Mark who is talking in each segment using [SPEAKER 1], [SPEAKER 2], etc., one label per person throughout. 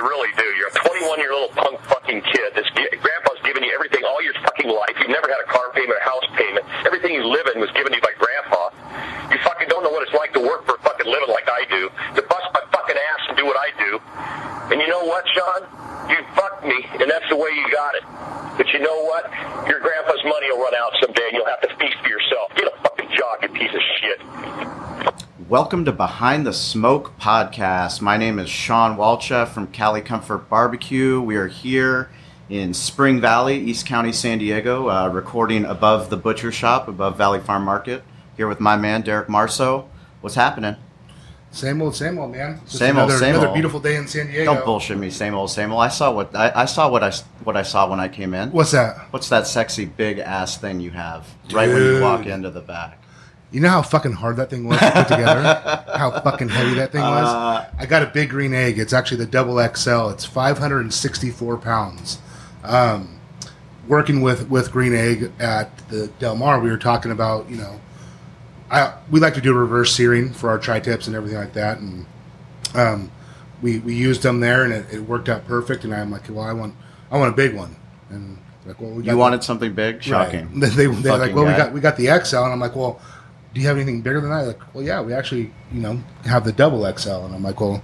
[SPEAKER 1] really do. You're a 21 year old punk fucking kid. This grandpa's given you everything all your fucking life. You've never had a car payment, a house payment. Everything you live in was given to you by grandpa. You fucking don't know what it's like to work for a fucking living like I do. To bust my fucking ass and do what I do. And you know what, Sean? You fucked me, and that's the way you got it. But you know what? Your grandpa's money will run out someday, and you'll have to feast for yourself. Get a fucking job, you piece of shit.
[SPEAKER 2] Welcome to Behind the Smoke podcast. My name is Sean Walcha from Cali Comfort Barbecue. We are here in Spring Valley, East County, San Diego, uh, recording above the butcher shop, above Valley Farm Market. Here with my man Derek Marso. What's happening?
[SPEAKER 3] Same old, same old, man. Just
[SPEAKER 2] Same old,
[SPEAKER 3] another,
[SPEAKER 2] same
[SPEAKER 3] another
[SPEAKER 2] old.
[SPEAKER 3] beautiful day in San Diego.
[SPEAKER 2] Don't bullshit me. Same old, same old. I saw what I, I saw what I s- what I saw when I came in.
[SPEAKER 3] What's that?
[SPEAKER 2] What's that sexy big ass thing you have right when you
[SPEAKER 3] Dude.
[SPEAKER 2] walk into the back?
[SPEAKER 3] You know how fucking hard that thing was to put together? how fucking heavy that thing was?
[SPEAKER 2] Uh.
[SPEAKER 3] I got a big green egg. It's actually the double XL. It's 564 pounds. Um, working with, with Green Egg at the Del Mar, we were talking about, you know, I, we like to do reverse searing for our tri tips and everything like that. And um, we, we used them there and it, it worked out perfect. And I'm like, well, I want, I want a big one. And like, well, we got
[SPEAKER 2] You
[SPEAKER 3] the-
[SPEAKER 2] wanted something big? Shocking.
[SPEAKER 3] Right. They, they, are like,
[SPEAKER 2] Fucking
[SPEAKER 3] well, we
[SPEAKER 2] guy.
[SPEAKER 3] got we got the XL, and I'm like, well, do you have anything bigger than that? Like, well, yeah, we actually, you know, have the double XL, and I'm like, well,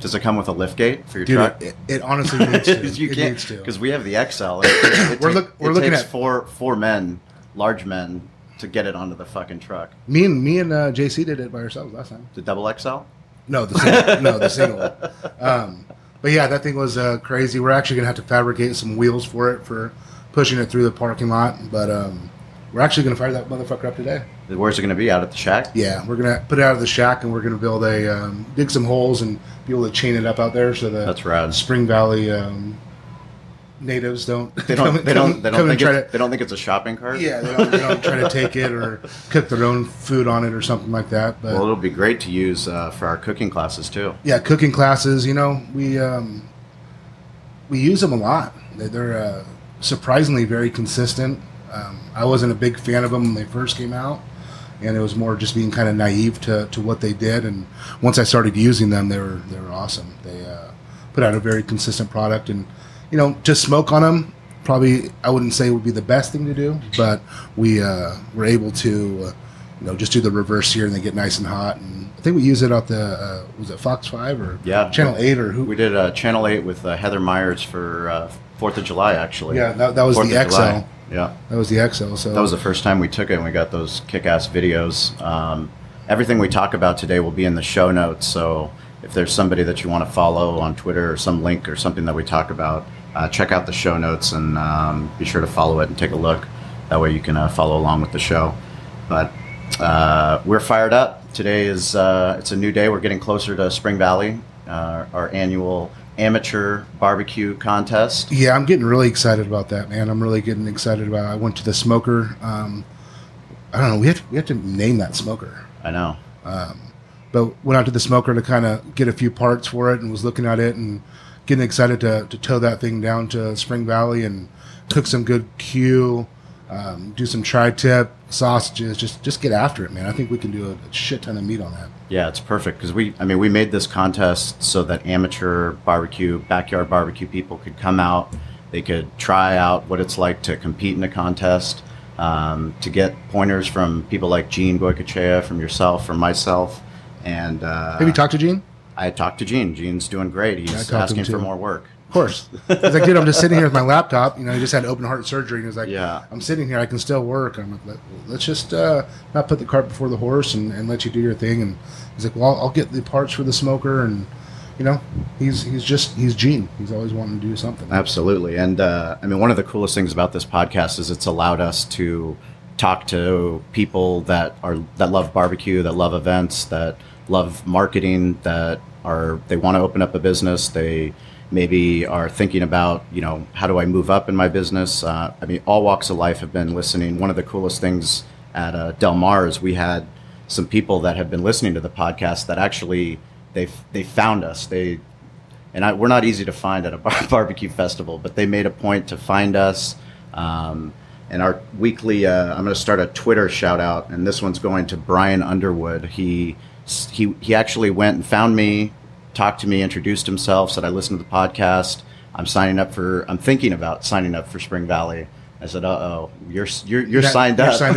[SPEAKER 2] Does it come with a lift gate for your
[SPEAKER 3] dude,
[SPEAKER 2] truck?
[SPEAKER 3] it, it, it honestly needs to.
[SPEAKER 2] you
[SPEAKER 3] it
[SPEAKER 2] can't
[SPEAKER 3] needs to.
[SPEAKER 2] because we have the XL. It, it, it
[SPEAKER 3] We're
[SPEAKER 2] ta-
[SPEAKER 3] look- we're
[SPEAKER 2] it
[SPEAKER 3] looking
[SPEAKER 2] takes
[SPEAKER 3] at-
[SPEAKER 2] four four men, large men, to get it onto the fucking truck.
[SPEAKER 3] me and me and uh, JC did it by ourselves last time.
[SPEAKER 2] The double XL.
[SPEAKER 3] No, the single, no, the single. Um, but yeah, that thing was uh, crazy. We're actually gonna have to fabricate some wheels for it for pushing it through the parking lot, but um, we're actually gonna fire that motherfucker up today.
[SPEAKER 2] Where's it going to be? Out at the shack.
[SPEAKER 3] Yeah, we're gonna put it out of the shack, and we're gonna build a um, dig some holes and be able to chain it up out there so that
[SPEAKER 2] That's rad.
[SPEAKER 3] Spring Valley um, natives don't
[SPEAKER 2] They don't. they don't. They don't
[SPEAKER 3] come and
[SPEAKER 2] think.
[SPEAKER 3] try
[SPEAKER 2] It's,
[SPEAKER 3] to
[SPEAKER 2] they don't think it's a shopping cart.
[SPEAKER 3] yeah they don't, they don't try to take it or cook their own food on it or something like that. But
[SPEAKER 2] Well, it'll be great to use uh, for our cooking classes too.
[SPEAKER 3] yeah, cooking classes, you know, we um, we use them a lot. They're, they're uh, surprisingly very consistent. Um, I wasn't a big fan of them when they first came out, and it was more just being kind of naive to, to what they did. And once I started using them, they were they were awesome. They uh, put out a very consistent product, and you know, to smoke on them probably I wouldn't say would be the best thing to do, but we uh, were able to. Uh, you know, just do the reverse here, and they get nice and hot. And I think we use it at the uh, was it Fox Five or
[SPEAKER 2] Yeah.
[SPEAKER 3] Channel Eight or who?
[SPEAKER 2] We did uh, Channel Eight with uh, Heather Myers for uh, Fourth of July, actually.
[SPEAKER 3] Yeah, that- that was
[SPEAKER 2] Fourth
[SPEAKER 3] the
[SPEAKER 2] of July. Yeah.
[SPEAKER 3] That was the XL. So
[SPEAKER 2] That was the first time we took it, and we got those kick-ass videos. Um, everything we talk about today will be in the show notes. So if there's somebody that you want to follow on Twitter or some link or something that we talk about, uh, check out the show notes and um, be sure to follow it and take a look. That way you can uh, follow along with the show. But uh, we're fired up. Today is uh, it's a new day. We're getting closer to Spring Valley, uh, our annual amateur barbecue contest.
[SPEAKER 3] yeah, I'm getting really excited about that, man. I'm really getting excited about. It. I went to the smoker. Um, I don't know. We have to, we have to name that smoker.
[SPEAKER 2] I know.
[SPEAKER 3] but went out to the smoker to kind of get a few parts for it and was looking at it and getting excited to, to tow that thing down to Spring Valley and cook some good Q, um, do some tri tip sausages, just just get after it, man. I think we can do a, a shit ton of meat on that.
[SPEAKER 2] Yeah, it's perfect because we, I mean, we made this contest so that amateur barbecue, backyard barbecue people could come out. They could try out what it's like to compete in a contest, um, to get pointers from people like Gene Goycochea, from yourself, from myself. And uh,
[SPEAKER 3] Have you talked to Gene?
[SPEAKER 2] I talked to Gene. Gene's doing great.
[SPEAKER 3] I
[SPEAKER 2] He's
[SPEAKER 3] talked to him
[SPEAKER 2] asking for
[SPEAKER 3] too.
[SPEAKER 2] more work.
[SPEAKER 3] Of course. He's like, dude, I'm just sitting here with my laptop. You know, he just had open heart surgery, and he's like,
[SPEAKER 2] Yeah.
[SPEAKER 3] I'm sitting here. I can still work. I'm like, Let, let's just uh, not put the cart before the horse and, and let you do your thing. And he's like, well, I'll, I'll get the parts for the smoker, and you know, he's he's just he's Gene. He's always wanting to do something.
[SPEAKER 2] Absolutely. And uh, I mean, one of the coolest things about this podcast is it's allowed us to talk to people that are that love barbecue, that love events, that love marketing, that are they want to open up a business. They maybe are thinking about you know how do I move up in my business. Uh, I mean, all walks of life have been listening. One of the coolest things at uh, Del Mar is we had some people that have been listening to the podcast that actually they they found us. They and I, we're not easy to find at a bar- barbecue festival, but they made a point to find us. Um, and our weekly, uh, I'm going to start a Twitter shout out, and this one's going to Brian Underwood. He he he actually went and found me talked to me, introduced himself, said I listened to the podcast. I'm signing up for. I'm thinking about signing up for Spring Valley. I said, "Uh oh, you're you're, you're
[SPEAKER 3] That-
[SPEAKER 2] signed
[SPEAKER 3] you're
[SPEAKER 2] up.
[SPEAKER 3] signed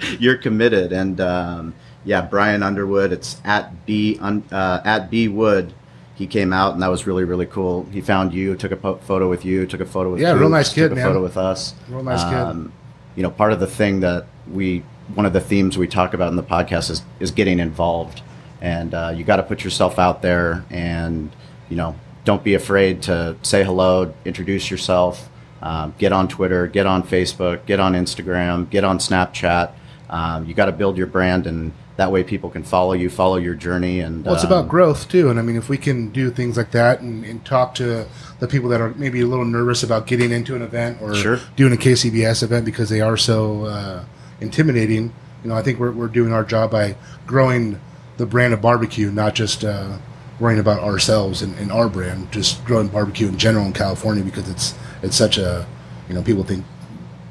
[SPEAKER 3] now.
[SPEAKER 2] You're committed." And um, yeah, Brian Underwood. It's at b un, uh, at b wood. He came out, and that was really really cool. He found you, took a po- photo with you, took a photo with
[SPEAKER 3] Yeah, real
[SPEAKER 2] Boots,
[SPEAKER 3] nice kid,
[SPEAKER 2] took a
[SPEAKER 3] man.
[SPEAKER 2] photo with us. Um,
[SPEAKER 3] Real nice kid.
[SPEAKER 2] You know, part of the thing that we one of the themes we talk about in the podcast is is getting involved, and uh, you got to put yourself out there, and you know, don't be afraid to say hello, introduce yourself, um, get on Twitter, get on Facebook, get on Instagram, get on Snapchat. Um, you got to build your brand, and that way people can follow you, follow your journey, and
[SPEAKER 3] Well, it's
[SPEAKER 2] um,
[SPEAKER 3] about growth too, and I mean, if we can do things like that and, and talk to the people that are maybe a little nervous about getting into an event or
[SPEAKER 2] Sure.
[SPEAKER 3] doing a KCBS event because they are so uh, intimidating, you know, I think we're, we're doing our job by growing the brand of barbecue, not just uh, worrying about ourselves and, and our brand, just growing barbecue in general in California because it's it's such a, you know, people think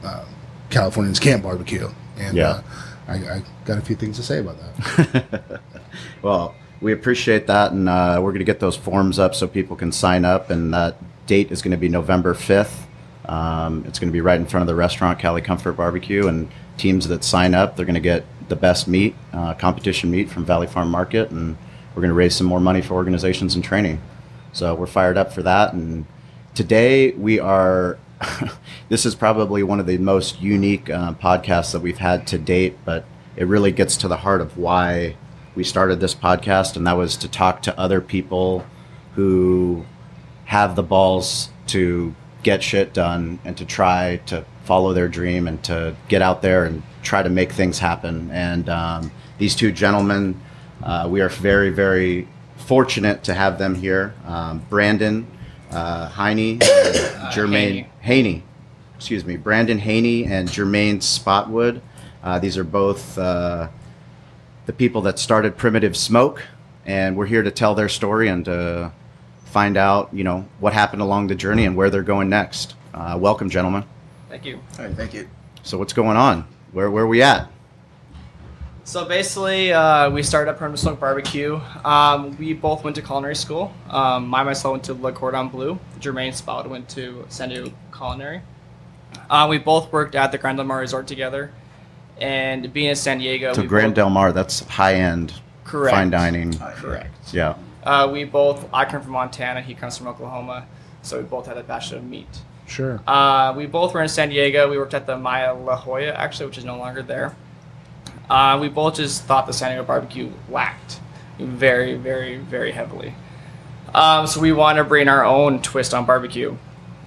[SPEAKER 3] uh, Californians can't barbecue, and
[SPEAKER 2] Yeah.
[SPEAKER 3] uh, I, I got a few things to say about that.
[SPEAKER 2] Well, we appreciate that, and uh, we're going to get those forms up so people can sign up. And that date is going to be November fifth. Um, it's going to be right in front of the restaurant Cali Comfort Barbecue, and teams that sign up, they're going to get the best meat, uh, competition meat from Valley Farm Market, and we're going to raise some more money for organizations and training. So we're fired up for that. And today we are. this is probably one of the most unique uh, podcasts that we've had to date, but it really gets to the heart of why we started this podcast, and that was to talk to other people who have the balls to get shit done and to try to follow their dream and to get out there and try to make things happen. And um, these two gentlemen, uh, we are very, very fortunate to have them here. Um, Brandon uh, Heine, and Jermaine Haney. Excuse me, Brandon Haney and Jermaine Spotwood. Uh, these are both. Uh, the people that started Primitive Smoke, and we're here to tell their story and to find out, you know, what happened along the journey and where they're going next. Uh, welcome, gentlemen.
[SPEAKER 4] Thank you.
[SPEAKER 5] thank you.
[SPEAKER 2] So, what's going on? Where where we at?
[SPEAKER 4] So basically, uh, we started up Herman Smoke Barbecue. Um, we both went to culinary school. Um, I myself went to Le Cordon Bleu. Jermaine Spout went to San Diego Culinary. Uh, we both worked at the Grand Del Mar Resort together, and being in San Diego,
[SPEAKER 2] So,
[SPEAKER 4] Uh, we
[SPEAKER 2] Grand
[SPEAKER 4] both-
[SPEAKER 2] Del Mar, that's high end,
[SPEAKER 4] Correct.
[SPEAKER 2] fine dining.
[SPEAKER 4] Correct.
[SPEAKER 2] Yeah.
[SPEAKER 4] Uh, we both. I come from Montana. He comes from Oklahoma. So we both had a bachelor of meat.
[SPEAKER 3] Sure.
[SPEAKER 4] Uh, we both were in San Diego. We worked at the Maya La Jolla, actually, which is no longer there. Uh, we both just thought the San Diego barbecue lacked very, very, very heavily. Um, so we wanted to bring our own twist on barbecue.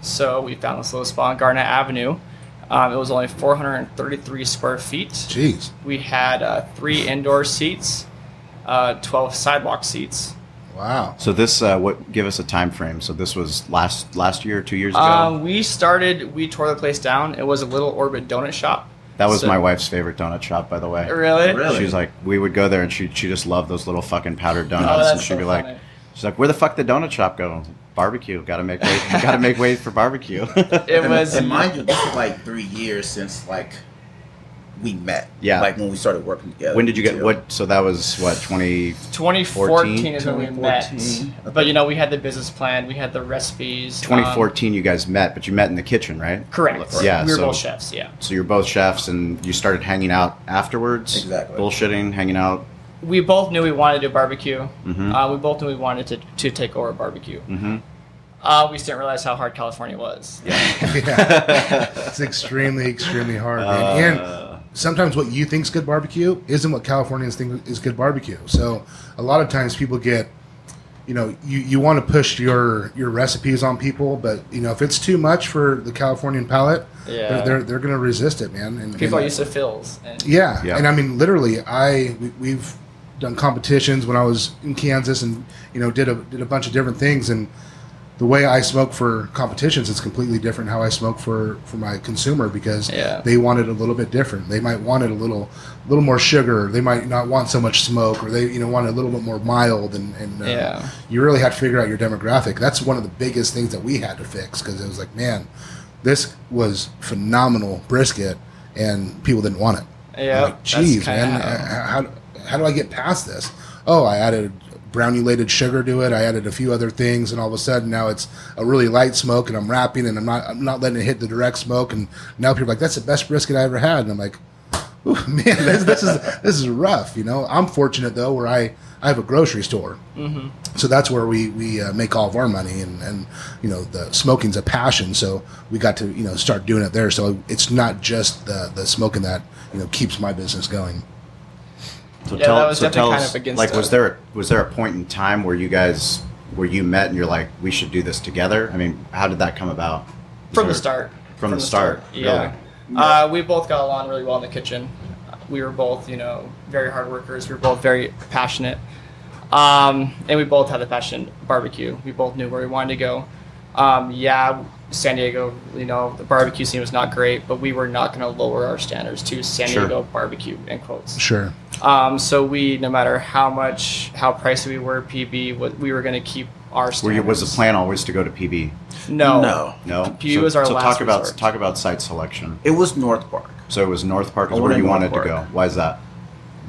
[SPEAKER 4] So we found this little spot on Garnet Avenue. Um, it was only 433 square feet.
[SPEAKER 3] Jeez.
[SPEAKER 4] We had uh, three indoor seats, uh, 12 sidewalk seats.
[SPEAKER 3] Wow.
[SPEAKER 2] So this, uh, what give us a time frame? So this was last last year, two years ago.
[SPEAKER 4] Um, we started, we tore the place down. It was a little Orbit donut shop.
[SPEAKER 2] that was
[SPEAKER 4] so-
[SPEAKER 2] my wife's favorite donut shop, by the way.
[SPEAKER 4] Really?
[SPEAKER 5] Really?
[SPEAKER 2] She's like, we would go there, and she she just loved those little fucking powdered donuts,
[SPEAKER 4] Oh, that's
[SPEAKER 2] and she'd
[SPEAKER 4] so
[SPEAKER 2] be
[SPEAKER 4] funny.
[SPEAKER 2] like, she's like, where the fuck did donut shop go? Barbecue, gotta make way, gotta make way for barbecue.
[SPEAKER 4] It
[SPEAKER 5] and,
[SPEAKER 4] was
[SPEAKER 5] and mind you, this is like three years since like we met.
[SPEAKER 2] Yeah.
[SPEAKER 5] Like when we started working together.
[SPEAKER 2] when did you get
[SPEAKER 5] too.
[SPEAKER 2] what? So that was what twenty?
[SPEAKER 4] 2014 is when we
[SPEAKER 5] 2014.
[SPEAKER 4] met. But you know, we had the business plan, we had the recipes. um,
[SPEAKER 2] 2014 you guys met, but you met in the kitchen, right?
[SPEAKER 4] correct.
[SPEAKER 2] Yeah,
[SPEAKER 4] We were
[SPEAKER 2] so-
[SPEAKER 4] both chefs, yeah.
[SPEAKER 2] So you're both chefs, and you started hanging out afterwards.
[SPEAKER 5] Exactly.
[SPEAKER 2] Bullshitting, hanging out.
[SPEAKER 4] We both knew we wanted to do barbecue.
[SPEAKER 2] Mhm.
[SPEAKER 4] Uh, we both knew we wanted to, to take over barbecue.
[SPEAKER 2] Mm-hmm.
[SPEAKER 4] Uh, we just didn't realize how hard California was.
[SPEAKER 3] Yeah. it's extremely, extremely hard, man.
[SPEAKER 4] Uh.
[SPEAKER 3] and sometimes what you think's good barbecue isn't what Californians think is good barbecue. So a lot of times people get, you know, you, you want to push your your recipes on people, but you know if it's too much for the Californian palate,
[SPEAKER 4] Yeah.
[SPEAKER 3] they're, they're they're gonna resist it, man. And
[SPEAKER 4] People are
[SPEAKER 3] and-
[SPEAKER 4] used to fills. And
[SPEAKER 3] Yeah,
[SPEAKER 2] Yeah.
[SPEAKER 3] and I mean literally, I we, we've done competitions when I was in Kansas, and you know did a did a bunch of different things, and the way I smoke for competitions is completely different how I smoke for for my consumer because
[SPEAKER 4] Yeah.
[SPEAKER 3] they want it a little bit different. They might want it a little little more sugar. They might not want so much smoke, or they you know want it a little bit more mild. And and uh,
[SPEAKER 4] Yeah.
[SPEAKER 3] you really had to figure out your demographic. That's one of the biggest things that we had to fix because it was like man, this was phenomenal brisket, and people didn't want it.
[SPEAKER 4] Yeah.
[SPEAKER 3] I'm like, Jeez,
[SPEAKER 4] that's kinda
[SPEAKER 3] man,
[SPEAKER 4] how-
[SPEAKER 3] how, how, how do I get past this? Oh, I added brownulated sugar to it. I added a few other things, and all of a sudden now it's a really light smoke, and I'm wrapping, and I'm not I'm not letting it hit the direct smoke. And now people are like, "That's the best brisket I ever had," and I'm like, Ooh, "Man, this, this is this is rough." You know, I'm fortunate though where I I have a grocery store, so that's where we we uh, make all of our money, and and you know the smoking's a passion, so we got to you know start doing it there. So it's not just the the smoking that you know keeps my business going.
[SPEAKER 2] So
[SPEAKER 4] Yeah, that was definitely kind of against
[SPEAKER 2] Like,
[SPEAKER 4] it.
[SPEAKER 2] was there a, was there a point in time where you guys where you met and you're like, we should do this together? I mean, how did that come about? Was
[SPEAKER 4] from the
[SPEAKER 2] there-
[SPEAKER 4] start.
[SPEAKER 2] From, the, start.
[SPEAKER 4] yeah.
[SPEAKER 2] really?
[SPEAKER 4] Uh, we both got along really well in the kitchen. We were both, you know, very hard workers. We were both very passionate, um, and we both had a passion barbecue. We both knew where we wanted to go. Um, yeah, San Diego, you know, the barbecue scene was not great, but we were not going to lower our standards to San
[SPEAKER 2] Sure.
[SPEAKER 4] Diego barbecue. In quotes.
[SPEAKER 3] Sure.
[SPEAKER 4] Um, so we, no matter how much, how pricey we were, PB, what we were going to keep our standards.
[SPEAKER 2] Were you, was the plan always to go to PB?
[SPEAKER 4] No,
[SPEAKER 5] No.
[SPEAKER 2] No.
[SPEAKER 4] PB was our
[SPEAKER 2] so
[SPEAKER 4] last
[SPEAKER 2] talk about
[SPEAKER 4] resort.
[SPEAKER 2] talk about site selection.
[SPEAKER 5] It was North Park
[SPEAKER 2] So it was North Park
[SPEAKER 5] I
[SPEAKER 2] is where
[SPEAKER 5] wanted
[SPEAKER 2] you wanted
[SPEAKER 5] North
[SPEAKER 2] to go.
[SPEAKER 5] Park.
[SPEAKER 2] Why is that?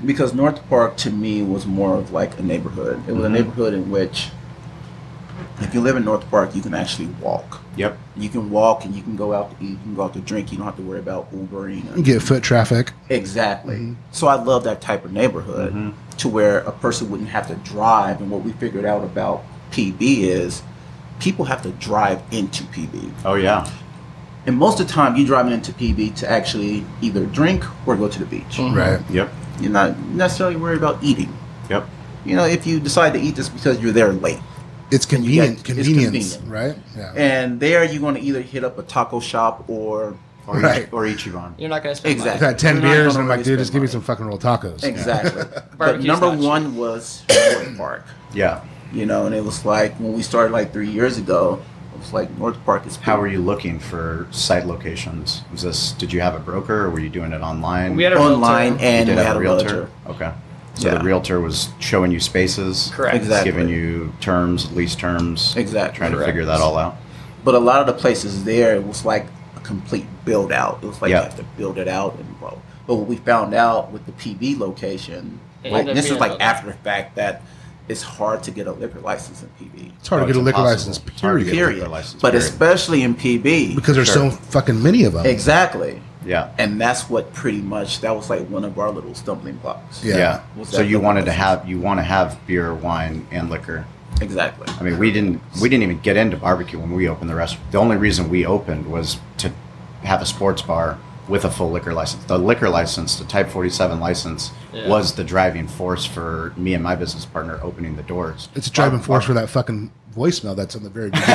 [SPEAKER 5] because North Park to me was more of like a neighborhood. It was
[SPEAKER 2] Mm-hmm.
[SPEAKER 5] a neighborhood in which, if you live in North Park, you can actually walk.
[SPEAKER 2] Yep.
[SPEAKER 5] You can walk and you can go out to eat. You can go out to drink. You don't have to worry about Ubering. Or
[SPEAKER 3] Get foot traffic.
[SPEAKER 5] Exactly. So I love that type of neighborhood to where a person wouldn't have to drive. And what we figured out about PB is people have to drive into PB.
[SPEAKER 2] Oh yeah.
[SPEAKER 5] And most of the time, you're driving into PB to actually either drink or go to the beach.
[SPEAKER 3] Mm-hmm. Right.
[SPEAKER 2] Yep.
[SPEAKER 5] You're not necessarily worried about eating.
[SPEAKER 2] Yep.
[SPEAKER 5] You know, if you decide to eat this because you're there late.
[SPEAKER 3] It's convenient.
[SPEAKER 5] it's
[SPEAKER 3] convenience.
[SPEAKER 5] convenient.
[SPEAKER 3] Right. Yeah.
[SPEAKER 5] And there, you're going to either hit up a taco shop or.
[SPEAKER 2] Or,
[SPEAKER 3] Right.
[SPEAKER 2] or Ichiban.
[SPEAKER 4] You're not going to spend
[SPEAKER 5] Exactly.
[SPEAKER 3] I've had ten
[SPEAKER 5] You're not
[SPEAKER 3] beers and
[SPEAKER 5] gonna
[SPEAKER 3] I'm like, dude,
[SPEAKER 5] really
[SPEAKER 3] just
[SPEAKER 5] spend
[SPEAKER 3] give me
[SPEAKER 5] money.
[SPEAKER 3] some fucking roll tacos.
[SPEAKER 5] Exactly. but
[SPEAKER 4] Barbecue's
[SPEAKER 5] number
[SPEAKER 4] not cheap.
[SPEAKER 5] one was North Park.
[SPEAKER 2] Yeah.
[SPEAKER 5] you know and it was like when we started like three years ago it was like north park is
[SPEAKER 2] How were you looking for site locations? Was this? Did you have a broker, or were you doing it online?
[SPEAKER 4] We had a
[SPEAKER 5] online
[SPEAKER 4] realtor.
[SPEAKER 5] and
[SPEAKER 2] you
[SPEAKER 5] we
[SPEAKER 2] did have
[SPEAKER 5] had
[SPEAKER 2] a realtor. Okay. So
[SPEAKER 5] Yeah.
[SPEAKER 2] the realtor was showing you spaces.
[SPEAKER 4] Correct.
[SPEAKER 5] Exactly.
[SPEAKER 2] Giving you terms, lease terms.
[SPEAKER 5] Exactly.
[SPEAKER 2] Trying
[SPEAKER 4] Correct.
[SPEAKER 2] to figure that all out.
[SPEAKER 5] but a lot of the places there it was like a complete build out it was like
[SPEAKER 2] Yeah.
[SPEAKER 5] you have to build it out and well but what we found out with the pb location
[SPEAKER 4] It
[SPEAKER 5] like,
[SPEAKER 4] ended up
[SPEAKER 5] this is
[SPEAKER 4] being
[SPEAKER 5] like
[SPEAKER 4] a-
[SPEAKER 5] after the fact that it's hard to get a liquor license in pb
[SPEAKER 3] It's hard
[SPEAKER 2] Oh,
[SPEAKER 3] to get
[SPEAKER 2] it's
[SPEAKER 3] a liquor
[SPEAKER 2] impossible.
[SPEAKER 3] license.
[SPEAKER 2] It's hard to
[SPEAKER 3] Period.
[SPEAKER 2] get a
[SPEAKER 5] period
[SPEAKER 2] liquor license,
[SPEAKER 5] but
[SPEAKER 2] period.
[SPEAKER 5] especially in pb
[SPEAKER 3] Because there's
[SPEAKER 2] Sure.
[SPEAKER 3] so fucking many of them.
[SPEAKER 5] exactly
[SPEAKER 2] Yeah.
[SPEAKER 5] and that's what pretty much that was like one of our little stumbling blocks
[SPEAKER 3] Yeah.
[SPEAKER 2] Yeah.
[SPEAKER 5] Was
[SPEAKER 2] So
[SPEAKER 5] that
[SPEAKER 2] you
[SPEAKER 5] the
[SPEAKER 2] wanted to
[SPEAKER 5] license?
[SPEAKER 2] have you want to have beer, wine, and liquor.
[SPEAKER 5] exactly
[SPEAKER 2] I mean, we didn't we didn't even get into barbecue when we opened the restaurant. The only reason we opened was to have a sports bar with a full liquor license. The liquor license, the Type 47 license,
[SPEAKER 4] Yeah.
[SPEAKER 2] was the driving force for me and my business partner opening the doors.
[SPEAKER 3] It's a driving force
[SPEAKER 2] uh.
[SPEAKER 3] for that fucking voicemail that's on the very beginning.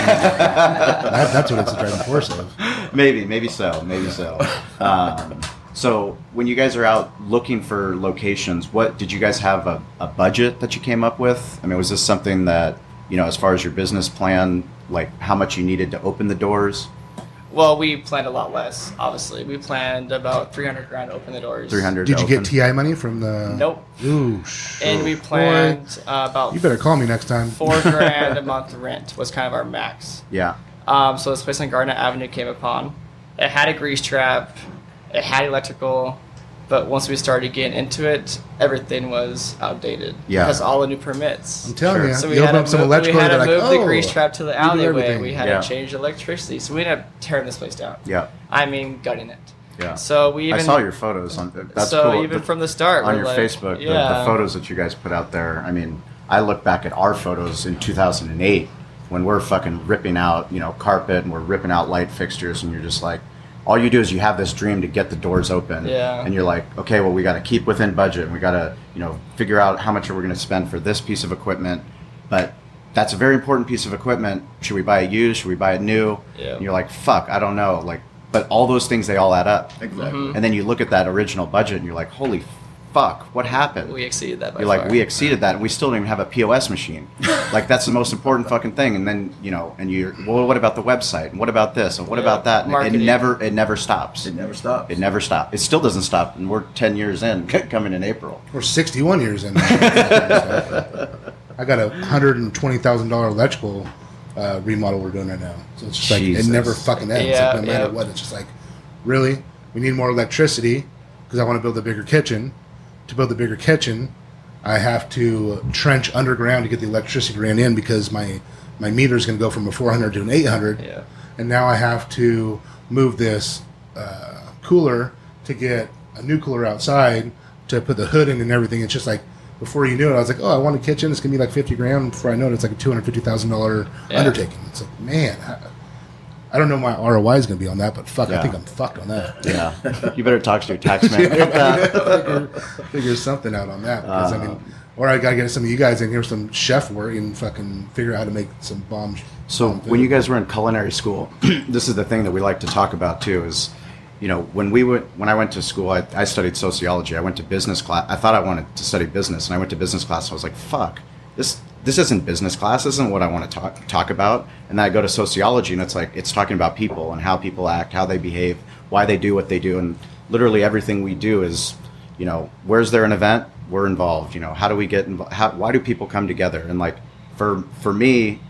[SPEAKER 3] that, that's what it's a driving force of.
[SPEAKER 2] maybe, maybe so, maybe so. Um, so, when you guys are out looking for locations, what did you guys have a, a budget that you came up with? I mean, was this something that you know, as far as your business plan, like how much you needed to open the doors?
[SPEAKER 4] Well, we planned a lot less. Obviously, we planned about 300 grand to open the doors.
[SPEAKER 2] Three hundred.
[SPEAKER 3] Did you get TI money from the?
[SPEAKER 4] Nope.
[SPEAKER 3] Ooh. Sure.
[SPEAKER 4] And we planned uh, about
[SPEAKER 3] You better call me next time.
[SPEAKER 4] four grand a month rent was kind of our max.
[SPEAKER 2] Yeah.
[SPEAKER 4] Um, so this place on Gardner Avenue came upon. It had a grease trap. It had electrical. But once we started getting into it, everything was outdated.
[SPEAKER 2] Yeah.
[SPEAKER 4] Because all the new permits.
[SPEAKER 3] I'm telling you,
[SPEAKER 2] Sure.
[SPEAKER 4] So we
[SPEAKER 3] you open
[SPEAKER 4] had to
[SPEAKER 3] up some
[SPEAKER 4] move, we
[SPEAKER 3] electrical.
[SPEAKER 4] had to
[SPEAKER 3] they're like,
[SPEAKER 4] move
[SPEAKER 3] oh,
[SPEAKER 4] the grease trap to the
[SPEAKER 3] you do
[SPEAKER 4] alleyway.
[SPEAKER 3] everything."
[SPEAKER 4] We had
[SPEAKER 2] Yeah.
[SPEAKER 4] to change the electricity. So we ended up tearing this place down.
[SPEAKER 2] Yeah.
[SPEAKER 4] I mean, gutting it.
[SPEAKER 2] Yeah.
[SPEAKER 4] So we even
[SPEAKER 2] I saw your photos on. That's
[SPEAKER 4] so
[SPEAKER 2] cool.
[SPEAKER 4] even
[SPEAKER 2] The-
[SPEAKER 4] from the start
[SPEAKER 2] on
[SPEAKER 4] we're
[SPEAKER 2] your
[SPEAKER 4] like,
[SPEAKER 2] Facebook, the- the,
[SPEAKER 4] yeah.
[SPEAKER 2] photos that you guys put out there. I mean, I look back at our photos in 2008 when we're fucking ripping out, you know, carpet and we're ripping out light fixtures, and you're just like, all you do is you have this dream to get the doors open,
[SPEAKER 4] Yeah.
[SPEAKER 2] and you're like, okay, well, we got to keep within budget, and we got to, you know, figure out how much are we going to spend for this piece of equipment, but. That's a very important piece of equipment. Should we buy it used? Should we buy it new?
[SPEAKER 4] Yeah.
[SPEAKER 2] And you're like, fuck, I don't know. Like, but all those things they all add up.
[SPEAKER 5] exactly
[SPEAKER 4] Mm-hmm.
[SPEAKER 2] And then you look at that original budget and you're like, holy fuck, what happened?
[SPEAKER 4] we exceeded that. By
[SPEAKER 2] you're like,
[SPEAKER 4] far.
[SPEAKER 2] we exceeded that and we still don't even have a POS machine. like, that's the most important fucking thing. And then, you know, and you're, well, what about the website? And what about this? And what
[SPEAKER 4] Yeah,
[SPEAKER 2] about that? And it
[SPEAKER 4] marketing.
[SPEAKER 2] never, it never stops.
[SPEAKER 5] it never stops
[SPEAKER 2] It never stopped. It still doesn't stop. And we're 10 years in, coming in April.
[SPEAKER 3] We're 61 years in. I got a hundred and twenty thousand dollar electrical uh, remodel we're doing right now. So it's just like
[SPEAKER 2] Jesus.
[SPEAKER 3] it never fucking ends.
[SPEAKER 4] Yeah,
[SPEAKER 3] like, no matter
[SPEAKER 4] yeah.
[SPEAKER 3] what, it's just like, really, we need more electricity because I want to build a bigger kitchen. To build a bigger kitchen, I have to trench underground to get the electricity ran in because my my meter is going to go from a 400 to an 800,
[SPEAKER 4] Yeah.
[SPEAKER 3] and now I have to move this uh, cooler to get a new cooler outside to put the hood in and everything. It's just like before you knew it, I was like, oh, I want a kitchen. It's going to be like 50 grand. Before I know it, it's like a 250 thousand dollar
[SPEAKER 4] Yeah.
[SPEAKER 3] undertaking. It's like, man. I, I don't know my ROI is going to be on that, but fuck, I
[SPEAKER 2] Yeah.
[SPEAKER 3] think I'm fucked on that.
[SPEAKER 2] Yeah, you better talk to your tax man about that.
[SPEAKER 3] figure, figure something out on that
[SPEAKER 2] Uh.
[SPEAKER 3] because I mean, or I gotta get some of you guys in here, some chef work, and fucking figure out how to make some bomb.
[SPEAKER 2] So
[SPEAKER 3] bomb
[SPEAKER 2] when you
[SPEAKER 3] food.
[SPEAKER 2] guys were in culinary school, this is the thing that we like to talk about too. Is you know when we went when I went to school, I, I studied sociology. I went to business class. I thought I wanted to study business, and I went to business class. And I was like, fuck, this this isn't business class. This isn't what I want to talk talk about. And then I go to sociology, and it's like it's talking about people and how people act, how they behave, why they do what they do, and literally everything we do is you know where's there an event we're involved you know how do we get involved how, why do people come together and like for for me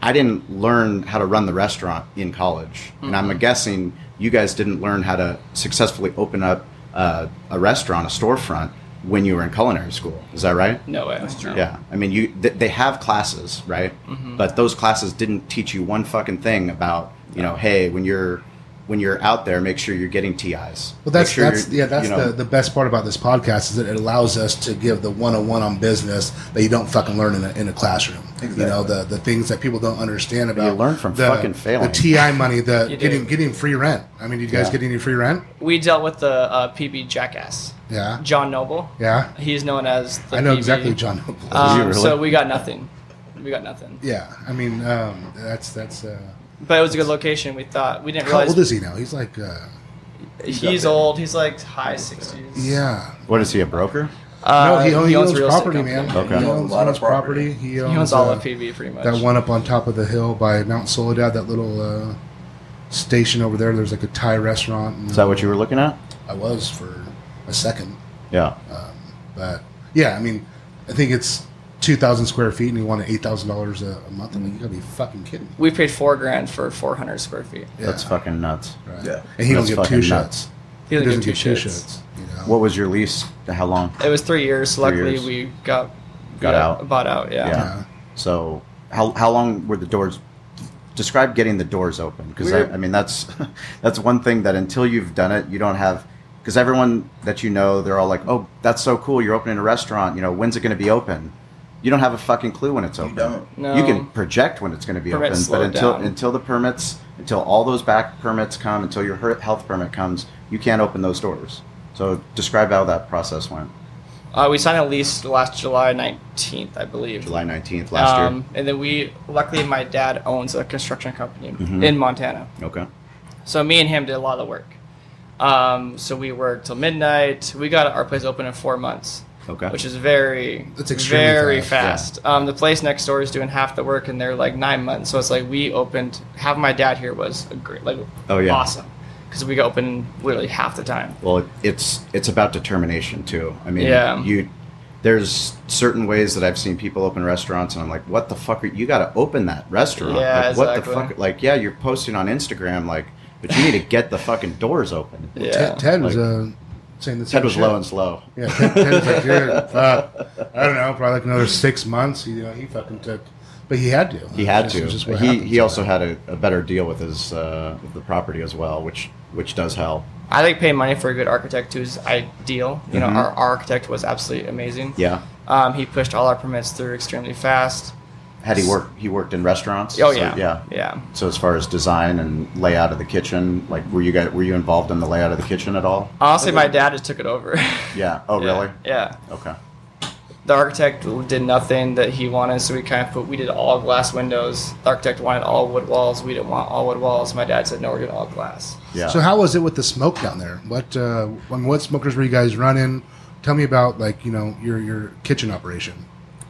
[SPEAKER 2] I didn't learn how to run the restaurant in college, and
[SPEAKER 4] Mm-hmm.
[SPEAKER 2] I'm guessing you guys didn't learn how to successfully open up uh, a restaurant, a storefront, when you were in culinary school. Is that right?
[SPEAKER 4] No Mm-hmm. way. That's true.
[SPEAKER 2] Yeah, I mean, you th- they have classes, right? But those classes didn't teach you one fucking thing about you know, hey, when you're when you're out there, make sure you're getting TIs.
[SPEAKER 3] well, that's
[SPEAKER 2] Make sure
[SPEAKER 3] that's
[SPEAKER 2] you're-
[SPEAKER 3] yeah, that's
[SPEAKER 2] you know-
[SPEAKER 3] the, the best part about this podcast is that it allows us to give the one on one on business that you don't fucking learn in a, in a classroom. You know the the things that people don't understand about.
[SPEAKER 2] learn from
[SPEAKER 3] the,
[SPEAKER 2] fucking failing.
[SPEAKER 3] The TI money, the
[SPEAKER 4] You do.
[SPEAKER 3] getting getting free rent. I mean, did you guys
[SPEAKER 2] Yeah.
[SPEAKER 3] get any free rent?
[SPEAKER 4] We dealt with the uh, PB jackass,
[SPEAKER 3] Yeah,
[SPEAKER 4] John Noble.
[SPEAKER 3] yeah.
[SPEAKER 4] He's known as. The
[SPEAKER 3] I know
[SPEAKER 4] PB.
[SPEAKER 3] exactly, John.
[SPEAKER 4] Um,
[SPEAKER 2] you really?
[SPEAKER 4] So we got nothing. We got nothing.
[SPEAKER 3] yeah, I mean, um, that's that's. Uh,
[SPEAKER 4] But it was a good location. We thought we didn't
[SPEAKER 3] How
[SPEAKER 4] realize
[SPEAKER 3] old is he now? He's like, uh,
[SPEAKER 4] he's old. He's like high sixties.
[SPEAKER 3] yeah.
[SPEAKER 2] what is he a broker?
[SPEAKER 4] Uh,
[SPEAKER 3] no, he, own- he owns,
[SPEAKER 4] real estate
[SPEAKER 3] property, man.
[SPEAKER 4] company.
[SPEAKER 2] Okay.
[SPEAKER 3] He owns,
[SPEAKER 5] A lot of
[SPEAKER 3] owns property. He owns,
[SPEAKER 4] He owns all
[SPEAKER 3] uh,
[SPEAKER 4] of PB pretty much.
[SPEAKER 3] that one up on top of the hill by Mount Soledad, that little uh, station over there. There's like a Thai restaurant. And
[SPEAKER 2] Is that what you were looking at?
[SPEAKER 3] I was for a second.
[SPEAKER 2] Yeah.
[SPEAKER 3] But yeah, I mean, I think it's 2,000 square feet and he wanted $8,000 a- a month. I'm like, you gotta be fucking kidding me.
[SPEAKER 4] We paid four grand for four hundred square feet.
[SPEAKER 3] Yeah,
[SPEAKER 2] that's fucking nuts.
[SPEAKER 3] right.
[SPEAKER 5] Yeah.
[SPEAKER 3] And he don't
[SPEAKER 2] That's
[SPEAKER 3] get two
[SPEAKER 2] fucking
[SPEAKER 3] shots.
[SPEAKER 2] nuts.
[SPEAKER 4] He
[SPEAKER 3] He
[SPEAKER 4] doesn't
[SPEAKER 3] doesn't
[SPEAKER 4] get two shits.
[SPEAKER 3] You know?
[SPEAKER 2] What was your lease? How long?
[SPEAKER 4] It was three years. So
[SPEAKER 2] Three
[SPEAKER 4] luckily,
[SPEAKER 2] years.
[SPEAKER 4] we got
[SPEAKER 2] Got
[SPEAKER 4] yeah,
[SPEAKER 2] out.
[SPEAKER 4] Bought out. Yeah.
[SPEAKER 2] Yeah.
[SPEAKER 3] Yeah.
[SPEAKER 2] So how how long were the doors? Describe getting the doors open because I,
[SPEAKER 4] We're-
[SPEAKER 2] I mean that's that's one thing that until you've done it you don't have because everyone that you know they're all like oh that's so cool you're opening a restaurant you know when's it going to be open you don't have a fucking clue when it's open
[SPEAKER 5] don't.
[SPEAKER 4] No.
[SPEAKER 2] you can project when it's going to be
[SPEAKER 4] Permits
[SPEAKER 2] open
[SPEAKER 4] slow
[SPEAKER 2] but until
[SPEAKER 4] down.
[SPEAKER 2] until the permits until all those back permits come until your her- health permit comes you can't open those doors so describe how that process went
[SPEAKER 4] Uh, we signed a lease last July nineteenth, I believe.
[SPEAKER 2] July 19th last
[SPEAKER 4] Um, and then we, luckily, my dad owns a construction company
[SPEAKER 2] Mhm.
[SPEAKER 4] in Montana.
[SPEAKER 2] year okay
[SPEAKER 4] So me and him did a lot of the work. Um, so we worked till midnight. We got our place open in four months,
[SPEAKER 2] okay
[SPEAKER 4] which is very,
[SPEAKER 3] That's extremely
[SPEAKER 4] very
[SPEAKER 2] fast,
[SPEAKER 4] fast. Um, the place next door is doing half the work, and they're like nine months. So it's like we opened. Half my dad here was a great, like,
[SPEAKER 2] Oh, yeah.
[SPEAKER 4] awesome, because we got open literally half the time.
[SPEAKER 2] Well, it- it's it's about determination too. I mean,
[SPEAKER 4] Yeah.
[SPEAKER 2] you there's certain ways that I've seen people open restaurants, and I'm like, what the fuck? Are, you got to open that restaurant?
[SPEAKER 4] Yeah,
[SPEAKER 2] like, What the
[SPEAKER 4] exactly.
[SPEAKER 2] fuck? Like, yeah, you're posting on Instagram, like, but you need to get the fucking doors open.
[SPEAKER 4] Yeah.
[SPEAKER 3] Ted, Ted was
[SPEAKER 2] Like-
[SPEAKER 3] uh, saying the same
[SPEAKER 2] Ted was
[SPEAKER 3] shit.
[SPEAKER 2] low and slow.
[SPEAKER 3] Yeah, Ted, Ted was like, dude, fuck. I don't know, probably like another six months. You know, he fucking took, but he had to.
[SPEAKER 2] He had
[SPEAKER 3] It's
[SPEAKER 2] to.
[SPEAKER 3] just- it's just what
[SPEAKER 2] he
[SPEAKER 3] happens.
[SPEAKER 2] he also had a, a better deal with his uh, with the property as well, which which does help.
[SPEAKER 4] I think paying money for a good architect too is ideal. You know,
[SPEAKER 2] Mhm.
[SPEAKER 4] our, our architect was absolutely amazing.
[SPEAKER 2] Yeah.
[SPEAKER 4] Um, he pushed all our permits through extremely fast.
[SPEAKER 2] Had he worked? He worked in restaurants.
[SPEAKER 4] Oh
[SPEAKER 2] so,
[SPEAKER 4] yeah,
[SPEAKER 2] Yeah.
[SPEAKER 4] yeah.
[SPEAKER 2] So as far as design and layout of the kitchen, like, were you guys were you involved in the layout of the kitchen at all?
[SPEAKER 5] Uh,
[SPEAKER 4] Honestly, my dad just took it over.
[SPEAKER 2] Yeah. Oh, really?
[SPEAKER 4] Yeah.
[SPEAKER 2] Okay.
[SPEAKER 4] The architect did nothing that he wanted, so we kind of put. We did all glass windows. The architect wanted all wood walls. We didn't want all wood walls. My dad said, "No, we're doing all glass."
[SPEAKER 2] Yeah.
[SPEAKER 3] So how was it with the smoke down there? What uh, I mean, what smokers were you guys running? Tell me about like you know your your kitchen operation.